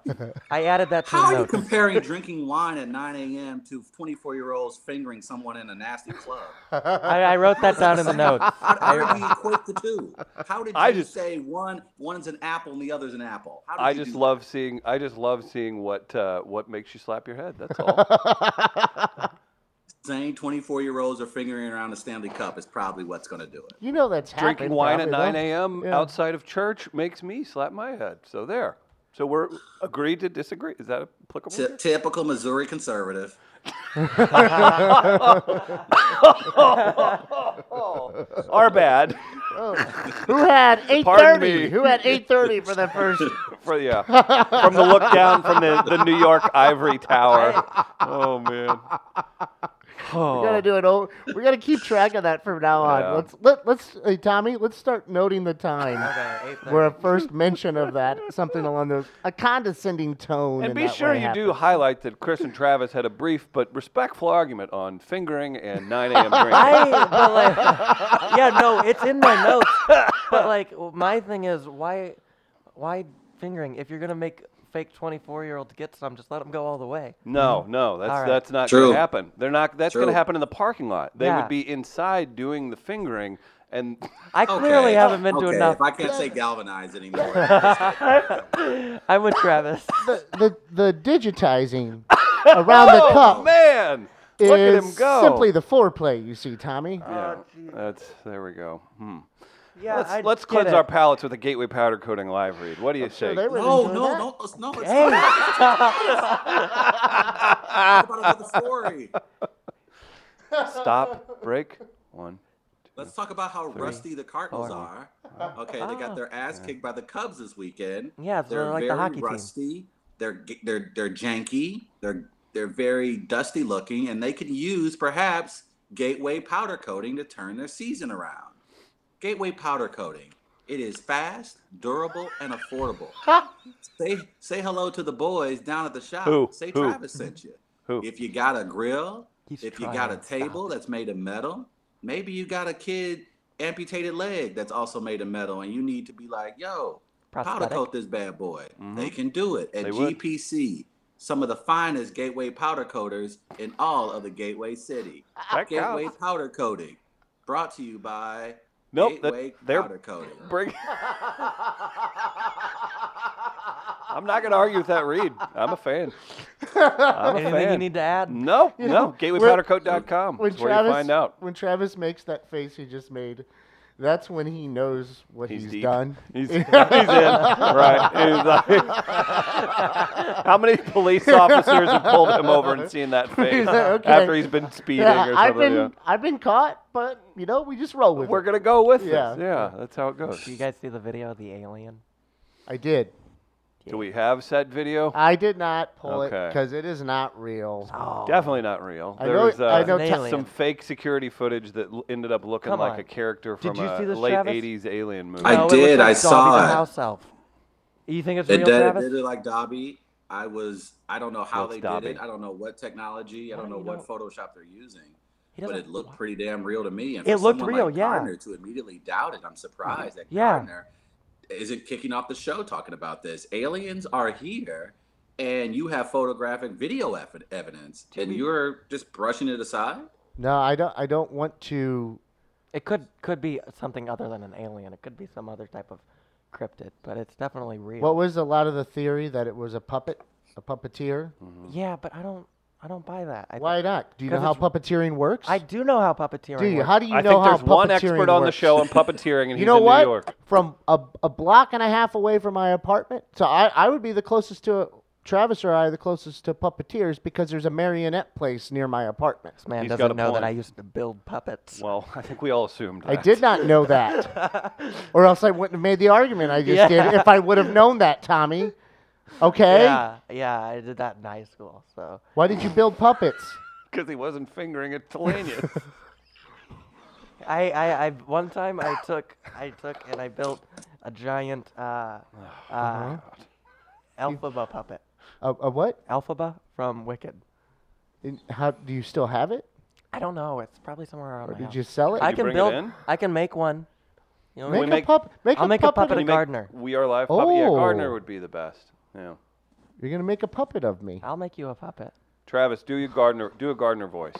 I added that to
How
the
are you
notes.
comparing drinking wine at 9 a.m. to 24 year olds fingering someone in a nasty
(laughs)
club?
I, I wrote that down in the notes.
How, how did you equate the two? How
(laughs)
did you
I just-
say one one's an apple and the other's an apple? How did
I
you
just
do
love seeing I just love seeing what uh, what makes you slap your head. That's
(laughs)
all.
that? saying 24 year olds are fingering around the Stanley Cup is probably what's going to do it.
You know that's
Drinking
happened,
wine at
probably,
9
though.
a.m.
Yeah.
outside of church makes me slap my head. So there. So we're agreed to disagree. Is that applicable?
Ty-
here?
typical Missouri conservative.
Our bad. (laughs)
Who had eight
Pardon me.
thirty? Who had eight thirty for the
(laughs)
first?
For, yeah, from the look down from the, the New York ivory
(laughs)
tower. Oh man.
We gotta do an old. We gotta keep track of that from now on.
Yeah.
Let's let let's hey, Tommy. Let's start noting the time.
Okay, eight thirty.
Where a first mention of that, something along those, a condescending tone.
And
in
be
that
sure
way
you do
happens.
highlight that Chris and Travis had a brief but respectful argument on fingering
(laughs)
and 9 a.m. drinking.
(laughs) I, but like, yeah, no, it's in my notes. But like, w- my thing is, why, why fingering. If you're gonna make fake 24 year olds get some, just let them go all the way.
No, no, that's
All right.
that's not
True.
gonna happen. They're not. That's gonna
True.
happen in the parking lot. They
Yeah.
would be inside doing the fingering,
(laughs)
and
I clearly haven't been
okay.
to enough.
If I can't say galvanized
(laughs)
anymore,
I'm with
(laughs)
Travis.
The, the, the digitizing around the cup
(laughs) oh man,
is
look at him go. Uh,
simply the foreplay you see, Tommy.
yeah,
Oh, geez.
that's there we go. Hmm.
Yeah,
let's
I
let's
get
cleanse
it.
our palates with a gateway powder coating live read. What do you say?
they would
no,
enjoy
Oh, no,
that.
don't, let's- no, it's
Hey.
not about another story.
Stop. Break.
(laughs)
One.
Let's talk about how rusty the Cardinals
four.
are. Okay, they got their ass kicked by the Cubs this weekend.
Yeah, they're like the
very
hockey team.
rusty. They're g- they're they're janky. They're they're very dusty looking, and they could use perhaps gateway powder coating to turn their season around. Gateway powder coating. It is fast, durable, and affordable. say say hello to the boys down at the shop.
Who?
Say
Who?
Travis sent you.
Who?
If you got a grill,
He's
if you
trying
got a
to stop
table
it.
that's made of metal, maybe you got a kid amputated leg that's also made of metal, and you need to be like, yo, powder
Prosthetic.
coat this bad boy.
Mhm.
They can do it at
They would.
GPC. Some of the finest gateway powder coaters in all of the Gateway City.
That
gateway
counts.
powder coating, brought to you by
Nope.
Gateway
That, they're
Powder Coating.
break.
(laughs)
I'm not gonna argue with that read. I'm a
(laughs)
fan. I'm a
Anything
fan.
you need to add?
No,
You
no.
know,
GatewayPowderCoat.com.
When
That's where
Travis
you find out.
when Travis makes that face he just made, that's when he knows what he's,
He's deep.
done.
(laughs) He's,
(laughs)
he's in. Right. He's like- (laughs) how many
(laughs)
police officers have pulled him over and seen that face
He's like, "Okay."
after he's been speeding
yeah,
or something?
I've been
yeah.
I've been caught, but you know we just roll with
We're
it.
going to go with
Yeah.
this. Yeah, that's how it goes.
Do you guys see the video of the alien?
I did.
Do we have said video?
I did not pull it 'cause it
Okay.
because it is not real.
Oh,
Definitely not real.
I
there
know-
was uh,
I know
It's an
Tom-
alien.
some fake security footage that l- ended up looking
Come
like
on.
a character
Did
from
you
a
see this,
late
Travis?
80s alien movie.
it
I
looks like
did, I
Dobby's
saw
a
it.
House elf. You think it's
It
real,
did, it
Travis?
did it like Dobby. I was I don't know how
What's
they
Dobby?
did it. I don't know what technology. I
Why
don't
do
know
you
what
know?
Photoshop they're using.
He
But
doesn't-
it looked pretty damn real to me. And
It
for
looked
someone
real,
like
yeah.
Gardner to immediately doubt it, I'm surprised that
Yeah.
Gardner isn't kicking off the show talking about this. Aliens are here, and you have photographic video ev- evidence, and
we-
you're just brushing it aside.
No, I don't. I don't want to.
It could could be something other than an alien. It could be some other type of cryptid, but it's definitely real.
What was a lot of the theory that it was a puppet, a puppeteer?
yeah, but I don't I don't buy that. I,
Why not? Do you know
'Cause
how
it's-
puppeteering works?
I do know how puppeteering.
do. You?
works.
How do you
I
know
think
how
there's one
puppeteering
expert on the
works?
show on puppeteering, and
You
he's
know
in
what?
New York.
From a, a block and a half away from my apartment, so I, I would be the closest to Travis or I, the closest to puppeteers because there's a marionette place near my apartment.
This man
He's got a
doesn't know
point.
that I used to build puppets.
Well, (laughs) I think we all assumed
I
that. (laughs)
did not know that, or else I wouldn't have made the argument I just
Yeah.
did if I would have known that, Tommy. Okay,
Yeah, yeah, I did that in high school. So
why did you build puppets?
Because he wasn't fingering a
(laughs)
Telanius.
I, I, I one time I took I took and I built a giant
(sighs)
uh,
Uh-huh.
uh, Elphaba puppet.
A, a what?
Elphaba from Wicked.
In- How do you still have it?
I don't know. It's probably somewhere around
Or
my
did
house.
you sell it?
I
you
can
bring it
build.
in?
I can make one. You know,
make
we
a
make-
pup. Make
I'll
a
make a
puppet.
puppet
of-
of- Gardner.
We are live. Puppy. Yeah, Gardner
Oh.
would be the best. Yeah.
You're gonna make a puppet of me.
I'll make you a puppet.
Travis, do your Gardner. Do a Gardner voice.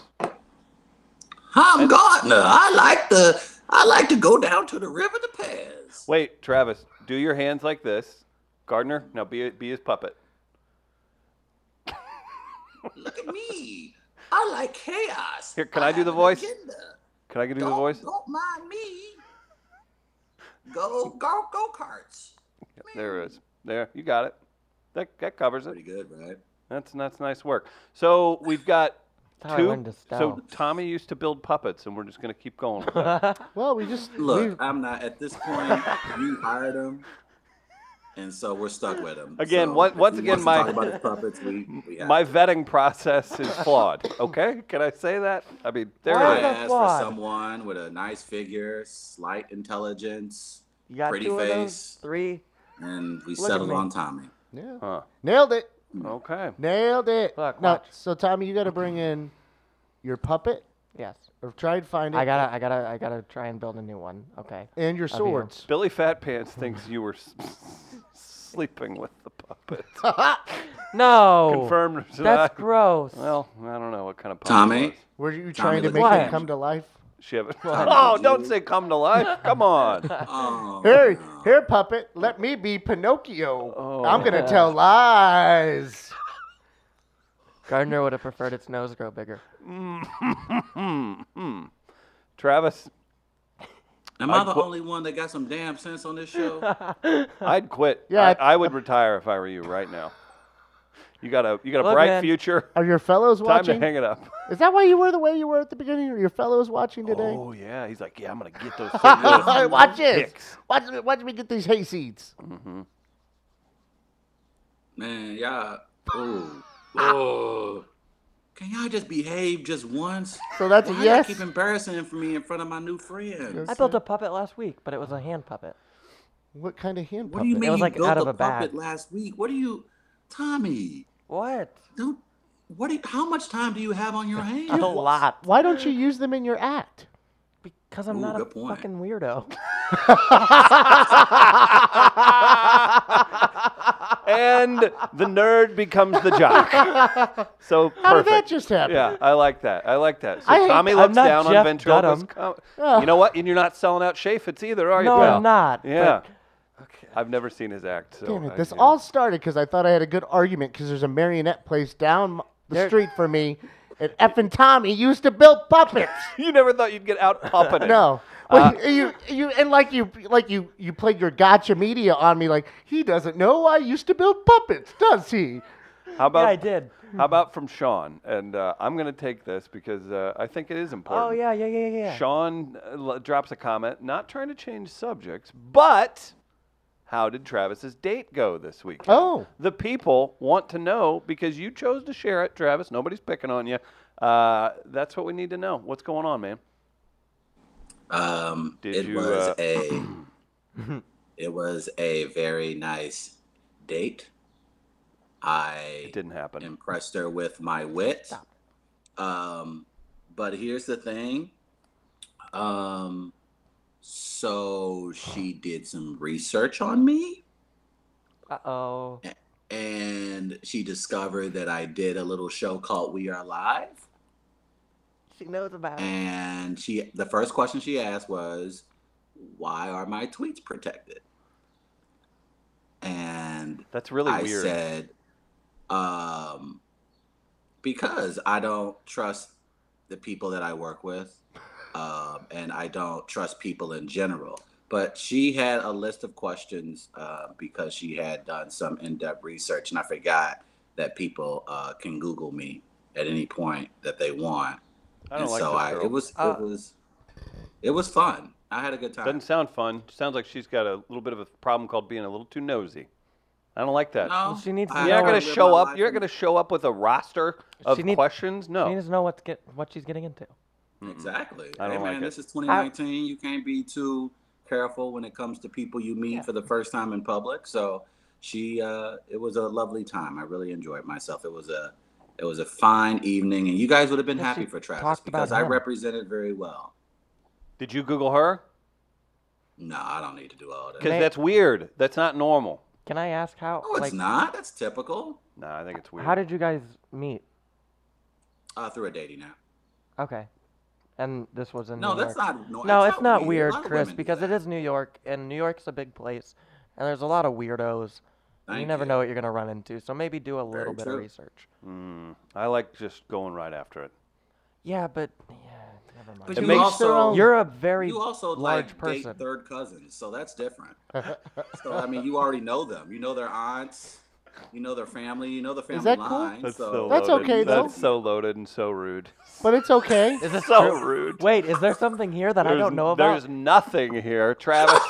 I'm Gardner. I like the I like to go down to the river to pass.
Wait, Travis, do your hands like this. Gardner, now be be his puppet.
Look at me. I like chaos.
Here, can I do
have
the
an
voice?
agenda.
Can I give you
don't,
the voice?
Don't mind me. Go go go karts.
Yeah, there it is. There, you got it. That that covers
Pretty
it.
good, right?
That's that's nice work. So we've got
That's how I
two.
learned to
So
spell.
Tommy used to build puppets, and we're just gonna keep going. With
(laughs)
that. (laughs)
Well, we just
Look, I'm not at this point. you hired him, and so we're stuck with him.
Again,
So,
on-
if
once
he
again,
wants to
my-
talk about his puppets, we,
(laughs)
we have
My
to
vetting process is flawed. Okay, can I say that? I mean, there
Why
it
the
is.
f-
ask for
flawed.
someone with a nice figure, slight intelligence,
You got
pretty
two of those.
face,
Three.
and we
at
settled
me.
on Tommy.
yeah.
Huh.
nailed it.
Okay.
Nailed it.
Look,
now,
watch.
so Tommy, you got to bring in your puppet
Yes.
or try and find it,
I gotta, I gotta, I gotta try and build a new one. Okay.
and your
you.
swords.
Billy Fat Pants thinks you were s- s- sleeping with the
(laughs)
puppet.
Oh,
No.
Confirmed.
That's
denied.
gross.
Well, I don't know what kind of puppet. it
Tommy?
was.
Were you trying to
the
make
Lion.
him come to life?
She have
Well,
(laughs) Oh,
you-
don't say come to life. Come on.
(laughs)
Oh,
Here,
no.
here, puppet, let me be Pinocchio.
Oh.
I'm gonna tell lies.
Gardner would have preferred its nose grow
(laughs)
bigger.
Travis,
Am I the only one that got some damn
(laughs)
sense on this show?
I'd quit.
(laughs) Yeah,
I, I would retire if I were you right now. You got a you got a
Look,
bright
man.
future.
Are your fellows
Time
watching?
to hang it up.
Is that why you were the way you were at the beginning? Are your fellows watching today?
Oh yeah, he's like, yeah, I'm gonna get those.
(laughs) watch this.
Hicks.
Watch me, watch me get these hay seeds.
Mm-hmm.
Man, y'all. Ooh.
Ah.
Whoa. Can y'all just behave just once?
So that's a
Why
yes?
Y'all keep embarrassing for me in front of my new friends.
I built a puppet last week, but it was a hand puppet.
What kind of hand
What do you
puppet?
mean
was,
you
like,
built
out
a,
of a bag.
puppet last week? What do you, Tommy?
What?
Don't. What? Do you, how much time do you have on your hands?
A lot.
Why don't you use them in your act?
Because I'm
Ooh,
not a
good point.
fucking weirdo.
and the nerd becomes the jock.
(laughs)
So perfect.
How did that just happen?
yeah, I like that. I like that. So
I hate-
Tommy
I'm
looks
not
down on
Jeff
ventriloquism.
Ugh.
you know what? And you're not selling out Chaffetz either, are you?
No,
pal?
I'm not, but-
Yeah.
Okay.
I've never seen his act. So
Damn it!
I
This
can't-
all started because I thought I had a good argument because there's a marionette place down m- the
There-
street for me, and F and Tommy used to build
(laughs)
puppets.
(laughs) You never thought you'd get out
(laughs)
puppeted.
No. Well,
Uh,
you, you and like you like you you played your gotcha media on me like he doesn't know I used to build puppets, does he?
How about
Yeah, I did.
How about from Sean? And uh, I'm going to take this because uh, I think it is important.
Oh yeah, yeah, yeah, yeah, yeah.
Sean uh, l- drops a comment, not trying to change subjects, but how did Travis's date go this week?
Oh.
The people want to know because you chose to share it, Travis. Nobody's picking on you. Uh, that's what we need to know. What's going on, man?
Um,
Did
it
you,
was
uh,
a it was a very nice date. I
It didn't happen.
impressed her with my wit. Um, but here's the thing. Um, so she did some research on me,
Uh oh.
and she discovered that I did a little show called We Are Live.
She knows about it.
And she, the first question she asked was, "Why are my tweets protected?" And
That's really
I
weird.
said, um, "Because I don't trust the people that I work with, um, and I don't trust people in general." But she had a list of questions uh, because she had done some in-depth research, and I forgot that people uh, can Google me at any point that they want
I don't
and
like
so
this
I,
girl.
it was
Uh,
it was it was fun. I had a good time.
Doesn't sound fun. Sounds like she's got a little bit of a problem called being a little too nosy. I don't like that.
No,
She needs to
I
know
You're not
wanna
gonna
live
show
my
up.
life
You're
in-
not gonna show up with a roster of
She need-
questions. No.
She needs to know what to get, what she's getting into.
exactly.
I don't
hey,
like
man,
it.
this is 2019. you can't be too careful when it comes to people you meet for the first time in public. So she, uh, it was a lovely time. I really enjoyed myself. It was a it was a fine evening, and you guys would have been
Yeah,
happy
she
for Travis
talked about
because I
him.
represented very well.
Did you Google her?
No, I don't need to do all
Because
that.
Ma-
that's weird. That's not normal.
Can I ask how?
No, it's
like,
not. That's typical.
No, I think it's weird.
how did you guys meet?
Uh, through a dating app.
Okay. And this was in
No,
New York.
that's not. No,
No, it's not weird,
weird, A lot of
Chris,
women do
because
that.
it is New York, and New York's a big place, and there's a lot of weirdos. and you
Thank
never know what you're gonna run into, so maybe do a little
Very
bit of
true.
research.
Mm, I like just going right after it.
Yeah, but yeah, never
But
mind.
It
you
makes their
also,
own-
You're a very
you also
large
like
person.
date third cousins, so that's
(laughs)
different. so I mean, you already know them. You know their aunts. You know their family. You know the family
that cool?
line.
That's so,
so
That's
loaded.
okay, though.
That's so loaded and so
(laughs)
rude.
But it's
(laughs)
okay.
Is
(laughs)
this
So
true?
rude.
Wait, is there something here that I
There's-
don't know about?
There's nothing here,
(laughs)
Travis.
(laughs)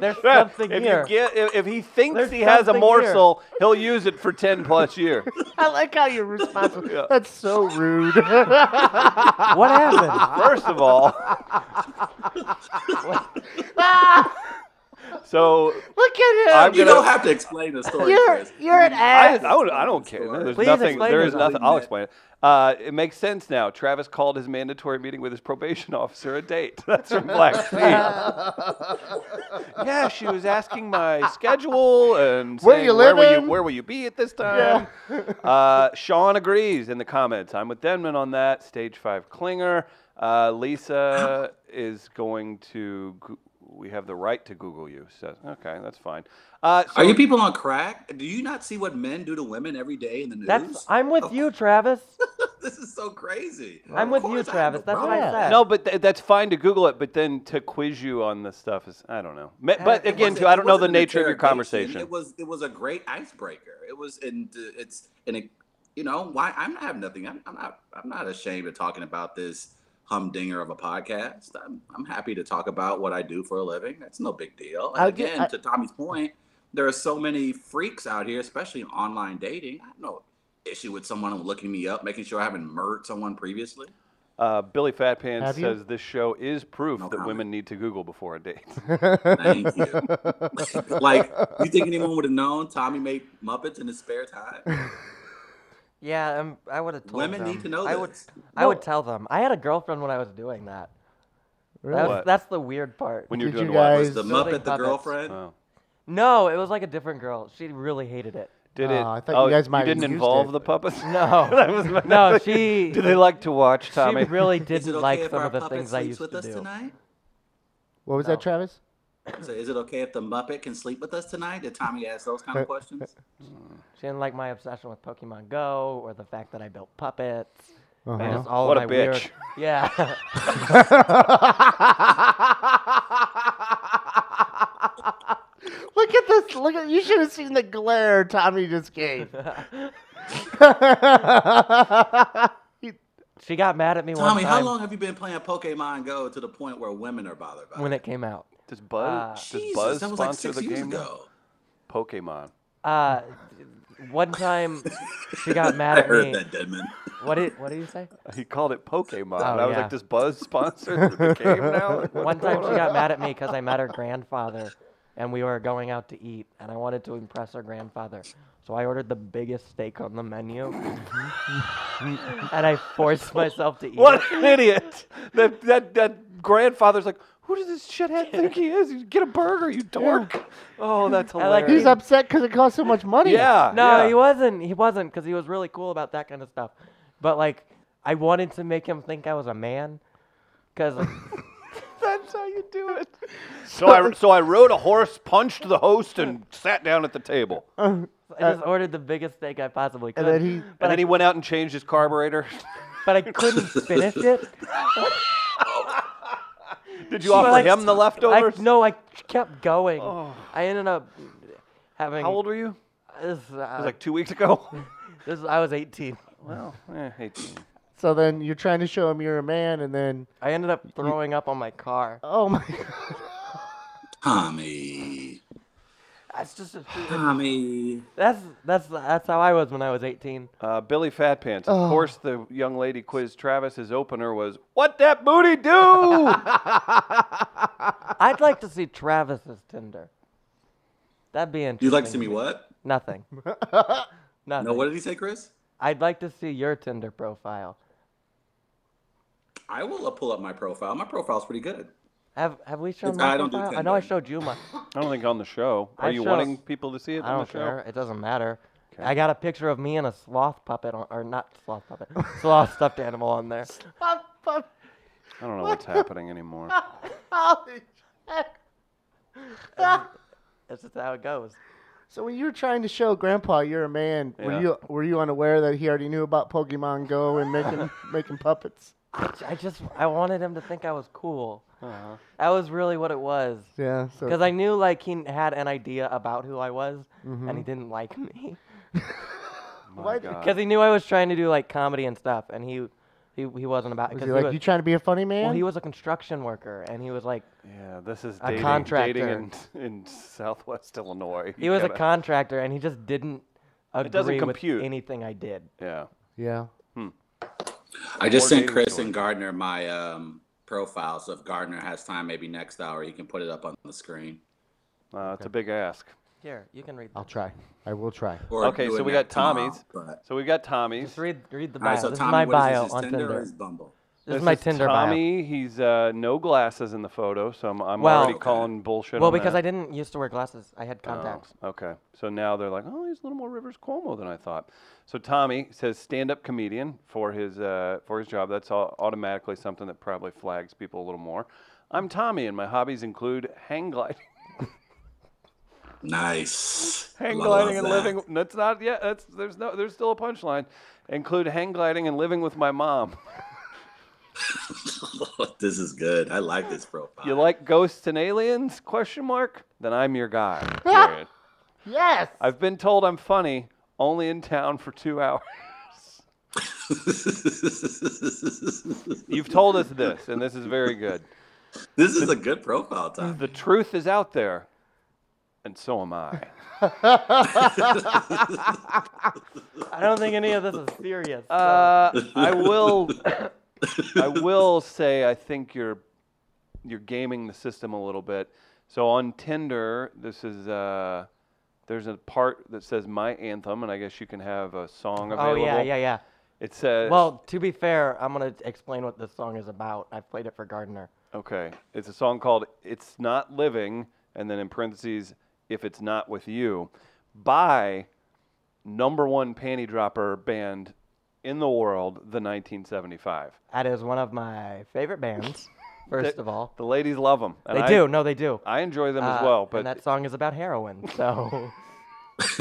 There's,
Travis,
something
if
here.
You get, if, if he thinks
There's
he has a
something
morsel, he'll use it for ten plus
(laughs)
years.
I like how you're responsible.
(laughs) Yeah.
That's so
(laughs)
rude. (laughs)
what happened?
First of
(laughs)
all. so
Look
Look at him.
I'm
You
gonna-
(laughs)
don't have to explain the story,
You're
Chris.
you're an
I,
ass.
I, would, I don't care.
Story.
There's
Please
nothing.
explain
There
it.
is nothing. I'll
Please.
explain it. Uh, it makes sense now. Travis called his mandatory meeting with his probation (laughs) officer a date. That's from
(laughs)
Black Sheep. yeah, she was asking my schedule and
Where
saying,
you
Where will
living?"
you, where will you be at this time? uh, Sean agrees in the comments. I'm with Denman on that. Stage five clinger. Uh,
(gasps)
Lisa is going to. Go- we have the right to Google you. So okay, that's fine. Uh, so
Are you people on crack? Do you not see what men do to women every day in the news?
That's. I'm with you, Travis.
(laughs) this is so crazy.
I'm with
Of
you,
course I
Travis.
have a
That's what I
problem.
said.
No, but th- that's fine to Google it, but then to quiz you on this stuff is I don't know. Ma- But
it
Uh, It
again,
wasn't-
too, I
it
don't know the
wasn't an
nature of your
interrogation.
conversation.
It was it was a great icebreaker. It was and uh, it's and it, you know why I'm I have nothing. I'm, I'm not I'm not ashamed of talking about this humdinger of a podcast. I'm I'm happy to talk about what I do for a living. That's no big deal. And
I'll get-
again,
I-
to Tommy's point, there are so many freaks out here, especially in online dating. I have no issue with someone looking me up, making sure I haven't murdered someone previously.
Uh, Billy Fatpants
Have you?
says this show is proof
No
that
comment.
women need to Google before a date. (laughs)
Thank you. (laughs) like, you think anyone would have known Tommy made Muppets in his spare time?
Yeah, I'm, I would have told
Women
them.
need to know
I would,
this.
I would tell them. I had a girlfriend when I was doing that. That was-
What?
that's the weird part.
When you're
Did you
doing what?
guys-
Was the
Is
building
Muppet the
puppets.
girlfriend?
Oh.
no, it was like a different girl. She really hated (laughs) it.
Did
Oh,
it?
I thought you guys might have
didn't
used
involve
it,
the
but- (laughs)
puppets.
(laughs) No.
(laughs) That was my-
Oh. No, (laughs) she-
Do they like to watch Tommy?
She really
Is it
didn't
okay
like
if
some
our
of the
puppet
things I
sleeps
used
with
to
us
do.
tonight?
what was that, Travis?
So is it okay if the Muppet can sleep with us tonight? Did Tommy ask those kind of questions?
She didn't like my obsession with Pokemon Go or the fact that I built puppets.
Uh-huh.
Just all
What
of
a
my weird-
bitch.
(laughs) Yeah.
(laughs) Look at this! Look at you should have seen the glare Tommy just gave. (laughs) He-
she got mad at me one
Tommy, how
time
long have you been playing Pokemon Go to the point where women are bothered by
when
it?
it came out.
Does Buzz?
Ah.
Uh,
does
Jesus,
Buzz
that was like
sponsor
six
the
years
game? now?
ago.
Pokemon.
Uh, one
(laughs)
time she got mad
I
at
heard
me.
that, Deadman.
What did What did you say?
He called it Pokemon.
Oh,
and I was
yeah.
like, does Buzz sponsor the game
(laughs)
now? Like,
One
what's
time
going
she
on?
got
(laughs)
mad at me because I met her grandfather, and we were going out to eat, and I wanted to impress her grandfather, so I ordered the biggest steak on
(laughs)
the menu, and I forced myself to eat.
What
it.
an idiot! That that that grandfather's like, who does this shithead think he is? You get a burger, you dork! Oh, that's
I like
hilarious.
He's upset because it costs so much money.
Yeah.
No,
yeah.
he wasn't. He wasn't because he was really cool about that kind of stuff. But like, I wanted to make him think I was a man,
(laughs)
because
That's how you do it. So I so I rode a horse, punched the host, and sat down at the table. And
I just ordered the biggest steak I possibly could.
And then he-
but,
then
I,
he went out and changed his carburetor. (laughs)
but I couldn't finish it.
Did you offer
like-
him the
I,
leftovers?
no, I kept going.
Oh.
I ended up having.
How old were you?
This, uh,
It was like two weeks
(laughs)
ago.
this, I was 18.
well, eh, 18.
So then you're trying to show him you're a man, and then
I ended up throwing up on my car.
oh my. (laughs)
Tommy.
That's just
Tommy.
that's that's that's how I was when I was 18.
Uh, Billy Fatpants.
Oh.
Of course, the young lady quiz Travis's opener was, "What that booty
(laughs)
do?"
I'd like to see Travis's Tinder. That'd be interesting.
You'd like to see me what?
Nothing. Nothing.
No, what did he say, Chris?
I'd like to see your Tinder profile.
I will pull up my profile. My profile's pretty good.
Have Have we shown
It's-
my
I don't do
profile? I know I
Tinder.
showed you
(laughs)
my.
I don't think on the show. Are
I
you
show-
wanting people to see it
I
on
don't
the show?
care. It doesn't matter.
Okay.
I got a picture of me and a sloth puppet, on, or not sloth puppet, (laughs) sloth stuffed animal on there.
I don't know what's
(laughs)
happening anymore.
That's just how it goes.
so when you were trying to show Grandpa you're a man,
Yeah.
were you were you unaware that he already knew about Pokemon Go and making (laughs) making puppets?
I, I just I wanted him to think I was cool. That was really what it was.
Yeah. So
Because I knew like he had an idea about who I was, and
Mm-hmm.
he didn't like (laughs) me.
My
What?
God.
Because he knew I was trying to do like comedy and stuff, and he he, he wasn't about.
was
'cause
he like
was-
you trying to be a funny man?
well, he was a construction worker, and he was like
Yeah, this is
A
dating, dating in,
contractor.
in Southwest Illinois.
he was a
gotta-
contractor, and he just didn't
doesn't
agree with
compute.
anything I did.
yeah.
yeah.
I just
More
sent
dating
Chris
story.
and Gardner my um, profile. So if Gardner has time, maybe next hour, he can put it up on the screen.
Uh, It's a big ask.
Here, you can read.
I'll
This.
try. I will try.
Or
Okay,
do
so
it
we got
at
Tommy's.
Tom, but-
So we've got Tommy's.
Just read read the
All
bio.
right, so
this
Tommy,
is my
what is
bio
this, his
on
Tinder,
Tinder.
or his Bumble?
This, is my Tinder bio.
Tommy, he's uh, no glasses in the photo, so I'm, I'm already
Well-
calling bullshit.
Well,
on
because
that.
I didn't used to wear glasses, I had contacts.
Oh, okay. So now they're like, oh, he's a little more Rivers Cuomo than I thought. So Tommy says stand-up comedian for his uh, for his job. That's all automatically something that probably flags people a little more. I'm Tommy, and my hobbies include hang gliding,
Nice.
hang
Love
gliding, and
that.
living. That's not yet. That's there's no there's still a punchline. Include hang gliding and living with my mom.
(laughs) this is good. I like this profile.
You like ghosts and aliens? Question mark. Then I'm your
(laughs)
guy. Period.
Yes.
I've been told I'm funny. Only in town for two (laughs) hours. You've told us this, and this is very good.
this is a good profile, Tommy.
Mm-hmm.
The truth is out there, and so am I.
I don't think any of this is serious. so-
Uh, I will, I will say, I think you're, you're gaming the system a little bit. So on Tinder, this is uh, there's a part that says my anthem, and I guess you can have a song
oh
available.
yeah, yeah, yeah.
It says
Well, to be fair, I'm gonna explain what this song is about. I played it for Gardner.
Okay. It's a song called It's Not Living, and then in parentheses, If It's Not With You, by number one panty dropper band in the world, the 1975.
That is one of my
(laughs)
favorite bands. First of all,
The ladies love them.
they do. No, they do.
I enjoy them as
Uh,
well, but
and that song is about heroin,
(laughs)
so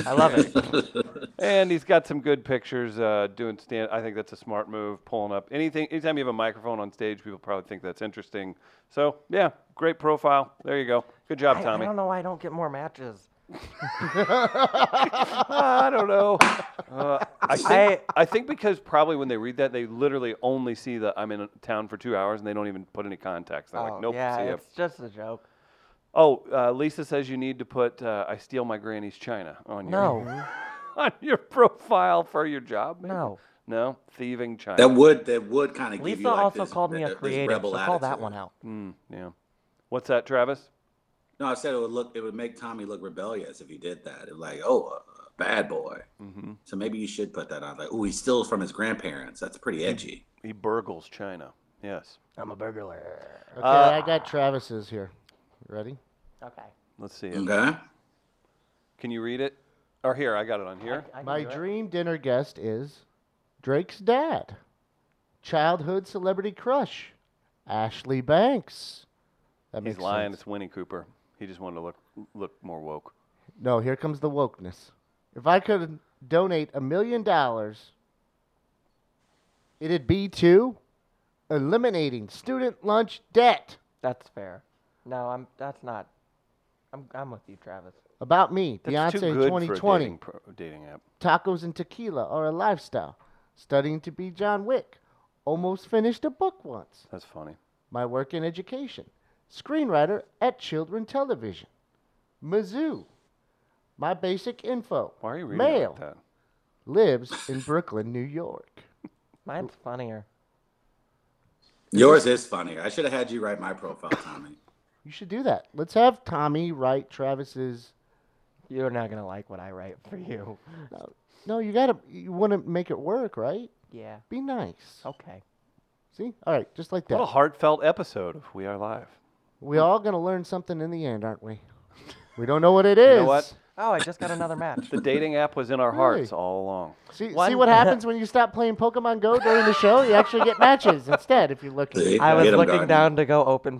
I love it.
and he's got some good pictures uh, doing stand. I think that's a smart move, pulling up anything. Anytime you have a microphone on stage, people probably think that's interesting. So yeah, great profile. There you go. Good job,
I, I
Tommy.
don't know why I don't get more matches.
(laughs) I don't know. (laughs) Uh,
(laughs)
I, think, I,
I-
think because probably when they read that, they literally only see that I'm in town for two hours and they don't even put any context. They're
Oh,
like, nope,
yeah,
see ya.
it's just a
(laughs)
joke.
Oh, uh, Lisa says you need to put uh, I steal my granny's china on your,
No,
(laughs) on your profile for your job. maybe?
no.
No? Thieving china.
That would that would kind of give
Lisa
you like
also
this-
called me
th-
a
this
creative, so
rebel
call that
attitude.
one out.
Mm, yeah. What's that, Travis?
No, I said it would look. It would make Tommy look rebellious if he did that. It was like, oh, a a bad boy.
hmm
So maybe you should put that on. Like, oh, he steals from his grandparents. That's pretty
Mm.
edgy.
He burgles china. Yes.
I'm a burglar.
Okay, I got Travis's here. Ready?
Okay.
Let's see it.
Okay.
Can you read it? Or here, I got it on here.
I can
My
do it.
dream dinner guest is Drake's dad, childhood celebrity crush, Ashley Banks. That
He's
makes
lying.
sense.
It's Winnie Cooper. He just wanted to look look more woke.
No, here comes the wokeness. If I could donate a million dollars, it'd be to eliminating student lunch debt.
That's fair. No, I'm. That's not. I'm. I'm with you, Travis.
About me,
That's
Beyonce
too good for a
2020.
dating, pro- dating app.
tacos and tequila are a lifestyle. Studying to be John Wick. Almost finished a book once.
That's funny.
My work in education. Screenwriter at Children Television. Mizzou. My basic info.
Why are you reading
Male.
about that?
Lives in Brooklyn, New York.
Mine's funnier.
Yours is funnier. I should have had you write my profile, Tommy.
You should do that. Let's have Tommy write Travis's.
You're not gonna like what I write for you.
No, no you gotta. You want to make it work, right?
Yeah.
Be nice.
Okay.
See? All right, just like
What a
that.
heartfelt episode of We Are Live.
We're all gonna learn something in the end, aren't we? We don't know what it
You
is.
know what?
Oh, I just got
(laughs)
another match.
The dating app was
(laughs)
in our hearts all along.
See, see
One- (laughs)
what happens when you stop playing Pokemon Go during the show? You actually get matches instead if you look at
See?
it.
I was
Get 'em,
looking
Gardner.
down to go open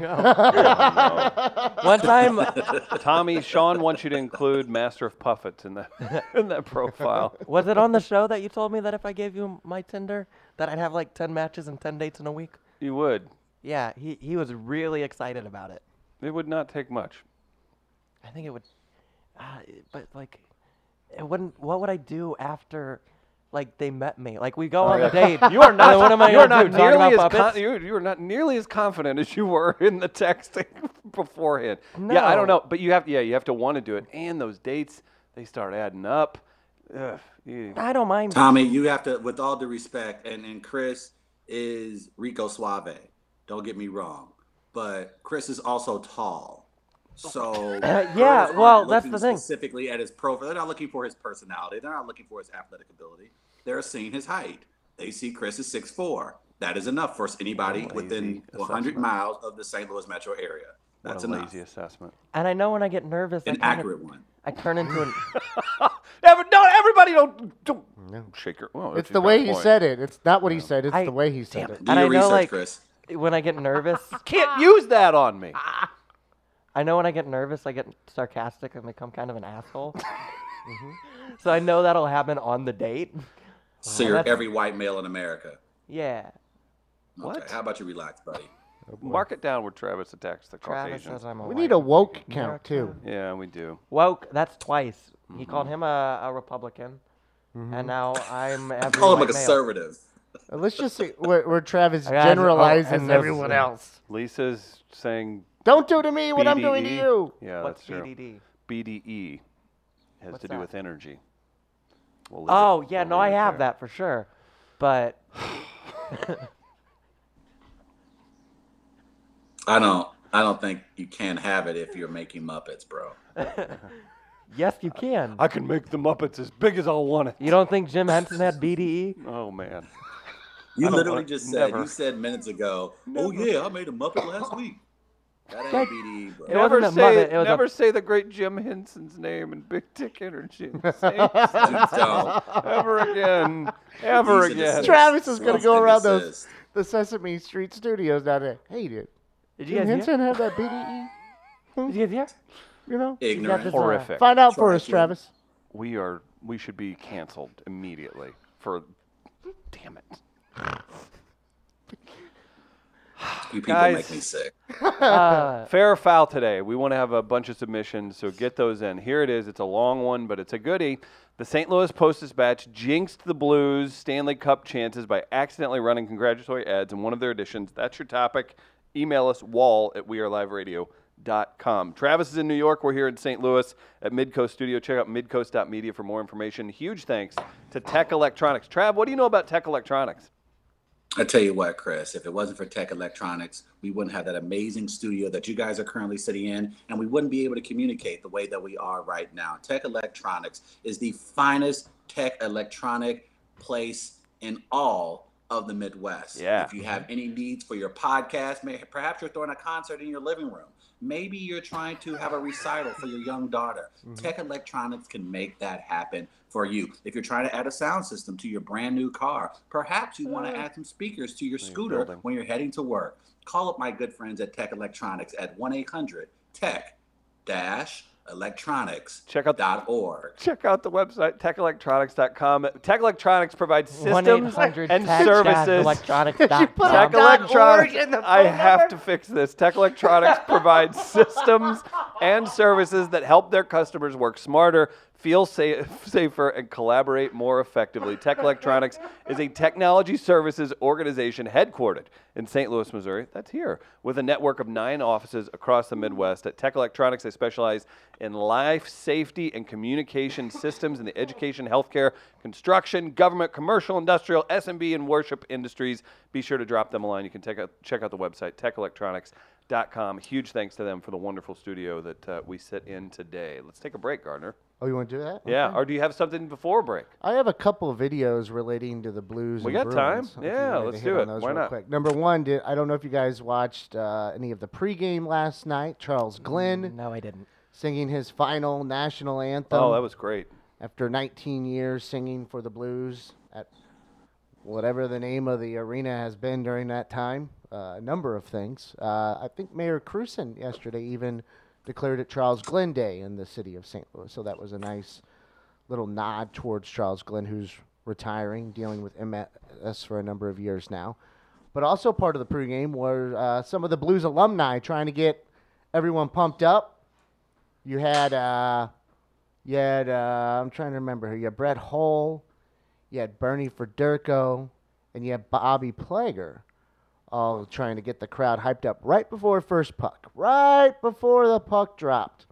(laughs)
Go.
Oh,
One
(laughs)
time,
no. Tommy, Sean wants you to include Master of Puppets in that (laughs) in that profile.
was it on the show that you told me that if I gave you my Tinder, that I'd have like ten matches and ten dates in a week?
You would.
Yeah. He he was really excited about it.
It would not take much.
I think it would, uh, it- but like, it wouldn't. What would I do after, like, they met me? Like, we
Oh,
go on a date.
(laughs) You are not.
What am I
you are
gonna
not
do? Talk
nearly
about
as con-
puppets?
you, you are not nearly as confident as you were in the texting (laughs) beforehand. Yeah, I don't
No.
know, but you have. Yeah, you have to want to do it, and those dates they start adding up. Ugh, you-
I don't mind.
Tommy, you have to, with all due respect, and and Chris is Rico Suave. Don't get me wrong, but Chris is also tall.
(laughs)
So
Uh, yeah,
girls aren't
well, that's
looking
the thing.
Specifically at his profile, they're not looking for his personality. They're not looking for his athletic ability. They're seeing his height. They see Chris is six four. That is enough for anybody
What a
within
lazy
100
assessment.
miles of the St. Louis metro area.
What
That's
a
enough.
lazy assessment. (laughs)
And I know when I get nervous, I,
An
kinda-
accurate one.
I turn into an. (laughs)
Never, no, everybody don't, don't
No.
shake your. Well,
It's the way he said it. It's not what he said. It's
I-
the way he said
Damn
it.
Do
And I
your
know,
research,
like-
Chris.
when I get nervous, (laughs)
Can't use that on me.
Ah. I know when I get nervous, I get sarcastic and become kind of an asshole. Mm-hmm. So I know that'll happen on the date.
So you're
that's-
every white male in America.
Yeah.
Okay,
What?
How about you relax, buddy?
Mark it down where Travis attacks the
Travis
Caucasians.
says I'm a
We
white
need a
man.
woke count too.
America.
Yeah, we do.
woke. That's twice. He called him a, a Republican, and now I'm every
Call him a
white male.
conservative.
Uh, Let's just see where, where Travis
I got- oh,
generalizes
and
everyone
those-
else.
Lisa's saying
Don't do to me what I'm doing to
E.
BDE.
you.
Yeah,
What's E?
that's true.
BDD?
BDE E has
What's
to do
that?
with energy. We'll leave it-
Oh yeah,
we'll
no,
leave
I
it
have
there.
that for sure, but
I don't. I don't think you can have it if you're making Muppets, bro.
yes, you can.
I can make the Muppets as big as I want it.
You don't think Jim Henson had E? BDE?
Oh man.
You
I don't
literally
want-
just said
never.
you said minutes ago. Oh yeah, I made a Muppet last week. That ain't BDE, bro.
It wasn't
never
a
say
Muppet, it was a-
never say the great Jim Henson's name and Big Dick Energy in the
(laughs)
same sentence
So,
ever again. Ever
These are the
again.
same-
Travis is gonna
Those
go
niggas
around those-
says,
The Sesame Street Studios down there. Hey, dude.
Did you
Jim
guys hear?
Henson have that BDE?
Did you guys hear?
You know.
this
ignorant.
one.
Horrific.
Find out for
Try
us,
again.
Travis.
We are we should be canceled immediately for damn it.
You people
Guys.
make me sick.
Uh,
Fair or foul today. We want to have a bunch of submissions, so get those in. Here it is. It's a long one, but it's a goodie. The St. Louis Post Dispatch jinxed the Blues Stanley Cup chances by accidentally running congratulatory ads in one of their editions. That's your topic. Email us wall at weareliveradio.com. Travis is in New York. We're here in St. Louis at Midcoast Studio. Check out midcoast.media for more information. Huge thanks to Tech Electronics. Trav, what do you know about Tech Electronics?
I tell you what, Chris, if it wasn't for Tech Electronics, we wouldn't have that amazing studio that you guys are currently sitting in, and we wouldn't be able to communicate the way that we are right now. Tech Electronics is the finest tech electronic place in all of the Midwest.
Yeah.
If you have any needs for your podcast, may, perhaps you're throwing a concert in your living room. Maybe you're trying to have a recital for your young daughter.
Mm-hmm.
Tech Electronics can make that happen for you. If you're trying to add a sound system to your brand new car, perhaps you want to add some speakers to your scooter
building.
when you're heading to work. Call up my good friends at Tech Electronics at 1 800 tech electronics.org.
Check out the check out the website techelectronics.com. Tech Electronics provides systems and services. Tech
dot
Electronics.
org in the
I
phone
have
number?
to fix this. Tech Electronics provides systems and services that help their customers work smarter, feel safe, safer, and collaborate more effectively. Tech Electronics is a technology services organization headquartered in St. Louis, Missouri. That's here with a network of nine offices across the Midwest. At Tech Electronics, they specialize in life safety and communication systems in the education, healthcare, construction, government, commercial, industrial, SMB, and worship industries. Be sure to drop them a line. You can take a, check out the website, techelectronics.com. Huge thanks to them for the wonderful studio that uh, we sit in today. Let's take a break, Gardner.
Oh, you want to do that?
Yeah, or do you have something before break?
I have a couple of videos relating to the Blues.
We
and
got time.
Bruins, if you
Yeah,
wanted to
let's
hit
do
on
it.
those
Why
real
not?
quick. Number one, did, I don't know if you guys watched uh, any of the pregame last night. Charles Glenn
No, I didn't.
singing his final national anthem
Mm. Oh, that was great.
after 19 years singing for the Blues at whatever the name of the arena has been during that time. Uh, a number of things. Uh, I think Mayor Cruson yesterday even declared it Charles Glenn Day in the city of St. Louis. So that was a nice little nod towards Charles Glenn, who's retiring, dealing with MS for a number of years now. But also part of the pregame were uh, some of the Blues alumni trying to get everyone pumped up. You had uh, you had uh, I'm trying to remember here. You had Brett Hull, you had Bernie Federico, and you had Bobby Plager, all trying to get the crowd hyped up right before first puck, right before the puck dropped.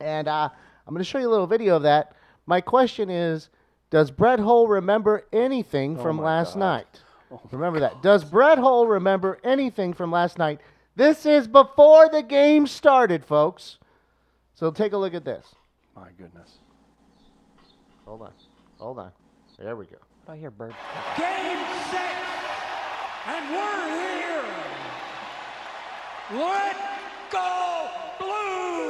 And uh, I'm going to show you a little video of that. My question is, does Brett Hull remember anything from
Oh my
last
God. Oh
night? remember that. Does Brett Hull remember anything from last night? This is before the game started, folks. So take a look at this.
My goodness.
Hold on. Hold on. There we go.
I hear birds.
Game set, and we're here. Let go blue.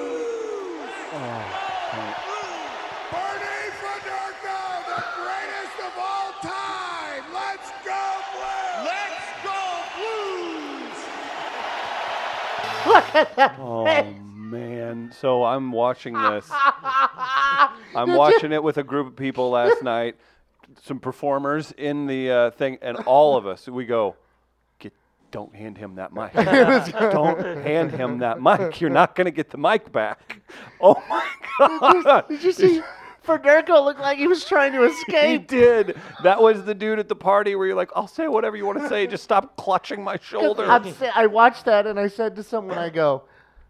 Bernie Frederico, the greatest of all time. Let's go Blues! Let's go Blues!
Oh man. So I'm watching this.
(laughs)
I'm watching it with a group of people last night. Some performers in the uh, thing, and all of us we go. Get, don't hand him that
(laughs)
mic. don't hand him that mic. You're not gonna get the mic back. Oh my god.
(laughs) Did you see? Federico looked like (laughs) he was trying to
He
escape.
did. That was the dude at the party where you're like, I'll say whatever you want to say. Just stop clutching my shoulder.
I'm sa- I watched that and I said to someone, I go,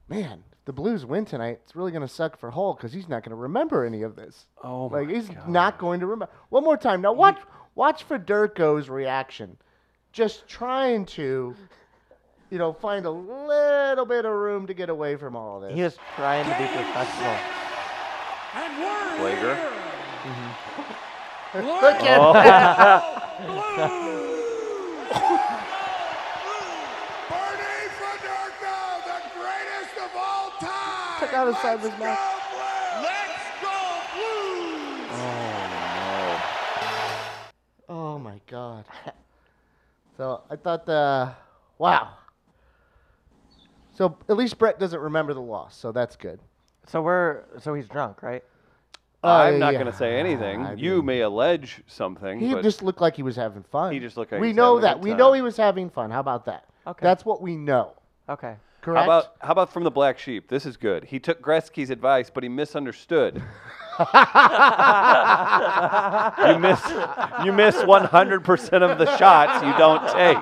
man, if the Blues win tonight, it's really going to suck for Hull because he's not going to remember any of this.
Oh
like
my
he's not going to remember. One more time. Now watch watch Federico's reaction. Just trying to, you know, find a little bit of room to get away from all of this.
He was trying to be professional.
And we're
Blager?
here.
Mm-hmm. Look
Let
at
blue.
Bernie Frederico, the greatest of all time.
Took out his side of his
Let's
mouth.
go Blues! Let's go Blues!
Oh my god. (laughs) So I thought the wow. So at least Brett doesn't remember the loss, so that's good.
So we're so he's drunk, right?
I'm not
yeah.
going to say anything.
I
you
mean-
may allege something,
He
but
just looked like he was having fun.
He just looked like
we
he was
know
having a
that.
good
We
time.
know he was having fun. How about that?
Okay.
That's what we know.
Okay.
Correct.
how about how about from the black sheep? This is good. He took Gretzky's advice, but he misunderstood. you miss you miss 100% of the shots you don't take.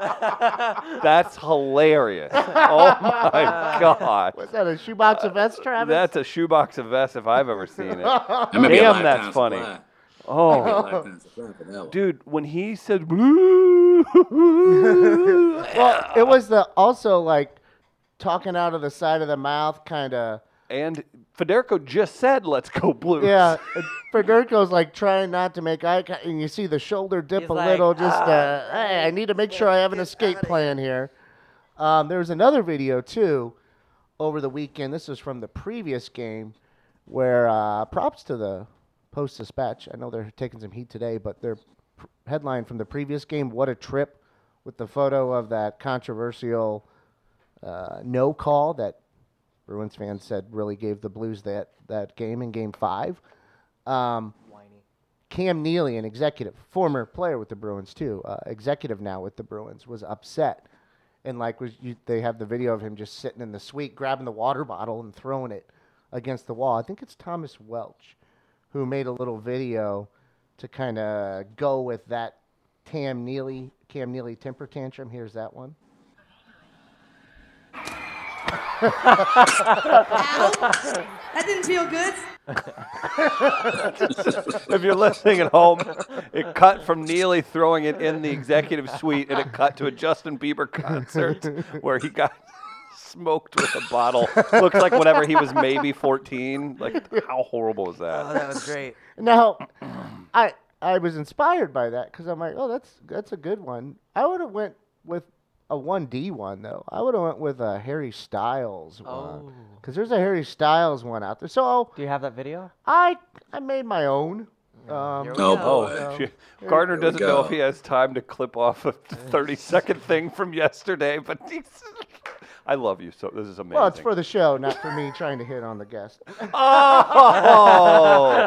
That's hilarious. Oh my god.
was that a shoebox of S, Travis?
That's a shoebox of vests if I've ever seen it.
That may be a
Damn, that's
lifetime
funny.
supply.
Oh,
A lifetime supply for that one.
dude, when he said blue,
(laughs) well, it was the also like talking out of the side of the mouth kind of.
and Federico just said, "Let's go blues."
Yeah, and Federico's like trying not to make eye contact, and you see the shoulder dip
He's
a
like,
little. Just uh, hey, I need to make sure I have an escape plan here. Um, there was another video too over the weekend. This was from the previous game, where uh, props to the Post Dispatch. I know they're taking some heat today, but their pr- headline from the previous game: "What a trip!" With the photo of that controversial uh, no call that Bruins fans said really gave the Blues that, that game in Game Five. Um, Cam Neely, an executive, former player with the Bruins too, uh, executive now with the Bruins, was upset, and like was you, they have the video of him just sitting in the suite, grabbing the water bottle and throwing it against the wall. I think it's Thomas Welch who made a little video to kind of go with that Tam Neely, Cam Neely temper tantrum. Here's that one.
Ow. That didn't feel good.
(laughs) If you're listening at home, it cut from Neely throwing it in the executive suite, and it cut to a Justin Bieber concert where he got (laughs) smoked with a bottle. Looks like whenever he was maybe 14. Like, how horrible is
Oh,
that?
that was (laughs) great.
Now, I I was inspired by that because I'm like, oh, that's that's a good one. I would have went with a one D one though. I would have went with a Harry Styles
Oh.
one because there's a Harry Styles one out there. So
Do you have that video?
I I made my own. Um,
Here we
Oh
go.
boy.
Oh, gee. Gardner
we
doesn't know
go.
if he has time to clip off a 30 second thing from yesterday, but he's. I love you so. This is amazing.
well, it's for the show, not for me (laughs) trying to hit on the guest.
Oh,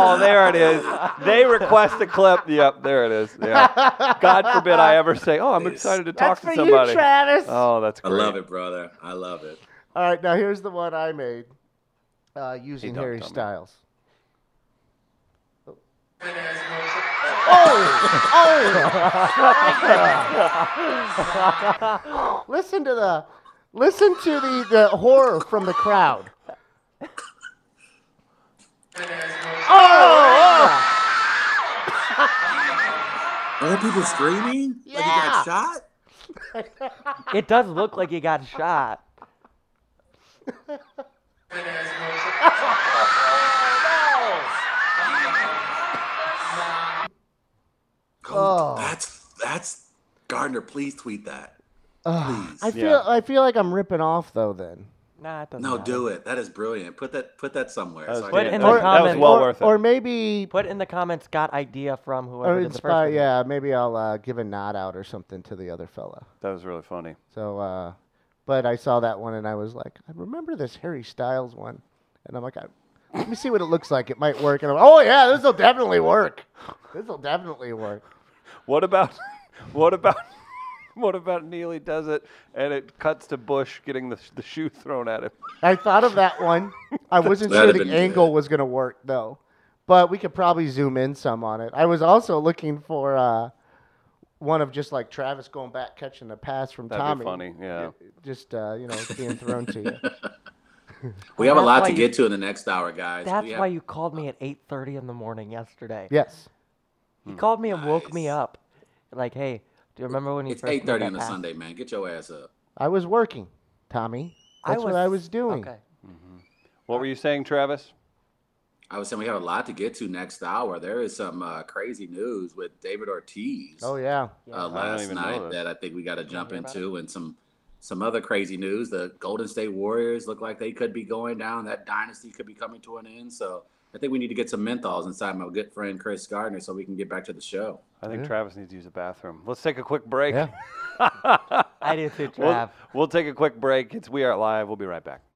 oh, there it is. They request a clip. Yep, there it is. Yeah. (laughs) God forbid I ever say, "Oh, I'm excited to talk
that's for
to somebody."
you, Travis.
oh, that's
I
great.
love it, brother. I love it.
All right, now here's the one I made uh, using
dunked
Harry
on me.
Styles. Oh! Oh! listen to the, listen to the, the horror from the crowd.
Are there people screaming? Like he
Ah. Yeah.
got shot?
It does look like he got shot.
Oh.
That's that's Gardner. Please tweet that. Please.
I feel
Yeah.
I feel like I'm ripping off though. Then
Nah, it doesn't.
no,
matter.
do it. That is brilliant. Put that put that somewhere.
That was
I
good.
Put
can-
in
that,
the
was, that was
comments-
well
or,
worth it.
or maybe
Put in the comments. Got idea from whoever
or
did the first
inspire.
one.
Oh, Yeah, maybe I'll uh, give a nod out or something to the other fella.
that was really funny.
So, uh, but I saw that one and I was like, I remember this Harry Styles one, and I'm like, I, let me see what it looks like. It might work. And I'm oh yeah, this will definitely work. This will definitely work.
What about (laughs) what about (laughs) what about Neely does it and it cuts to Bush getting the, the shoe thrown at him?
I thought of that one.
(laughs)
I wasn't
That'd
sure
have
the
been
angle
good.
was going to work though, but we could probably zoom in some on it. I was also looking for uh, one of just like Travis going back catching a pass from
That'd
Tommy.
be funny. Yeah.
Just uh, you know being thrown to
(laughs)
you.
we have a
That's
lot
why
to
you-
get to in the next hour, guys. We
That's
have-
why you called me at 8:30 in the morning yesterday.
Yes.
He called me and woke me up. Like, hey, do you remember when you
It's
first made
eight thirty
that
on a
pass?"
Sunday, man. Get your ass up.
I was working, Tommy.
I
That's what I was doing.
Okay.
What were you saying, Travis?
I was saying we have a lot to get to next hour. There is some uh, crazy news with David Ortiz
Oh yeah.
Yeah.
uh, last
even know
night
this.
that I think we got to jump
hear about
into, and some some other crazy news. The Golden State Warriors look like they could be going down. That dynasty could be coming to an end. So I think we need to get some menthols inside my good friend Chris Gardner so we can get back to the show.
I think Travis needs to use a bathroom. Let's take a quick break. (laughs)
Yeah.
I did too,
We'll-
Trav.
we'll take a quick break. It's We Are Live. We'll be right back.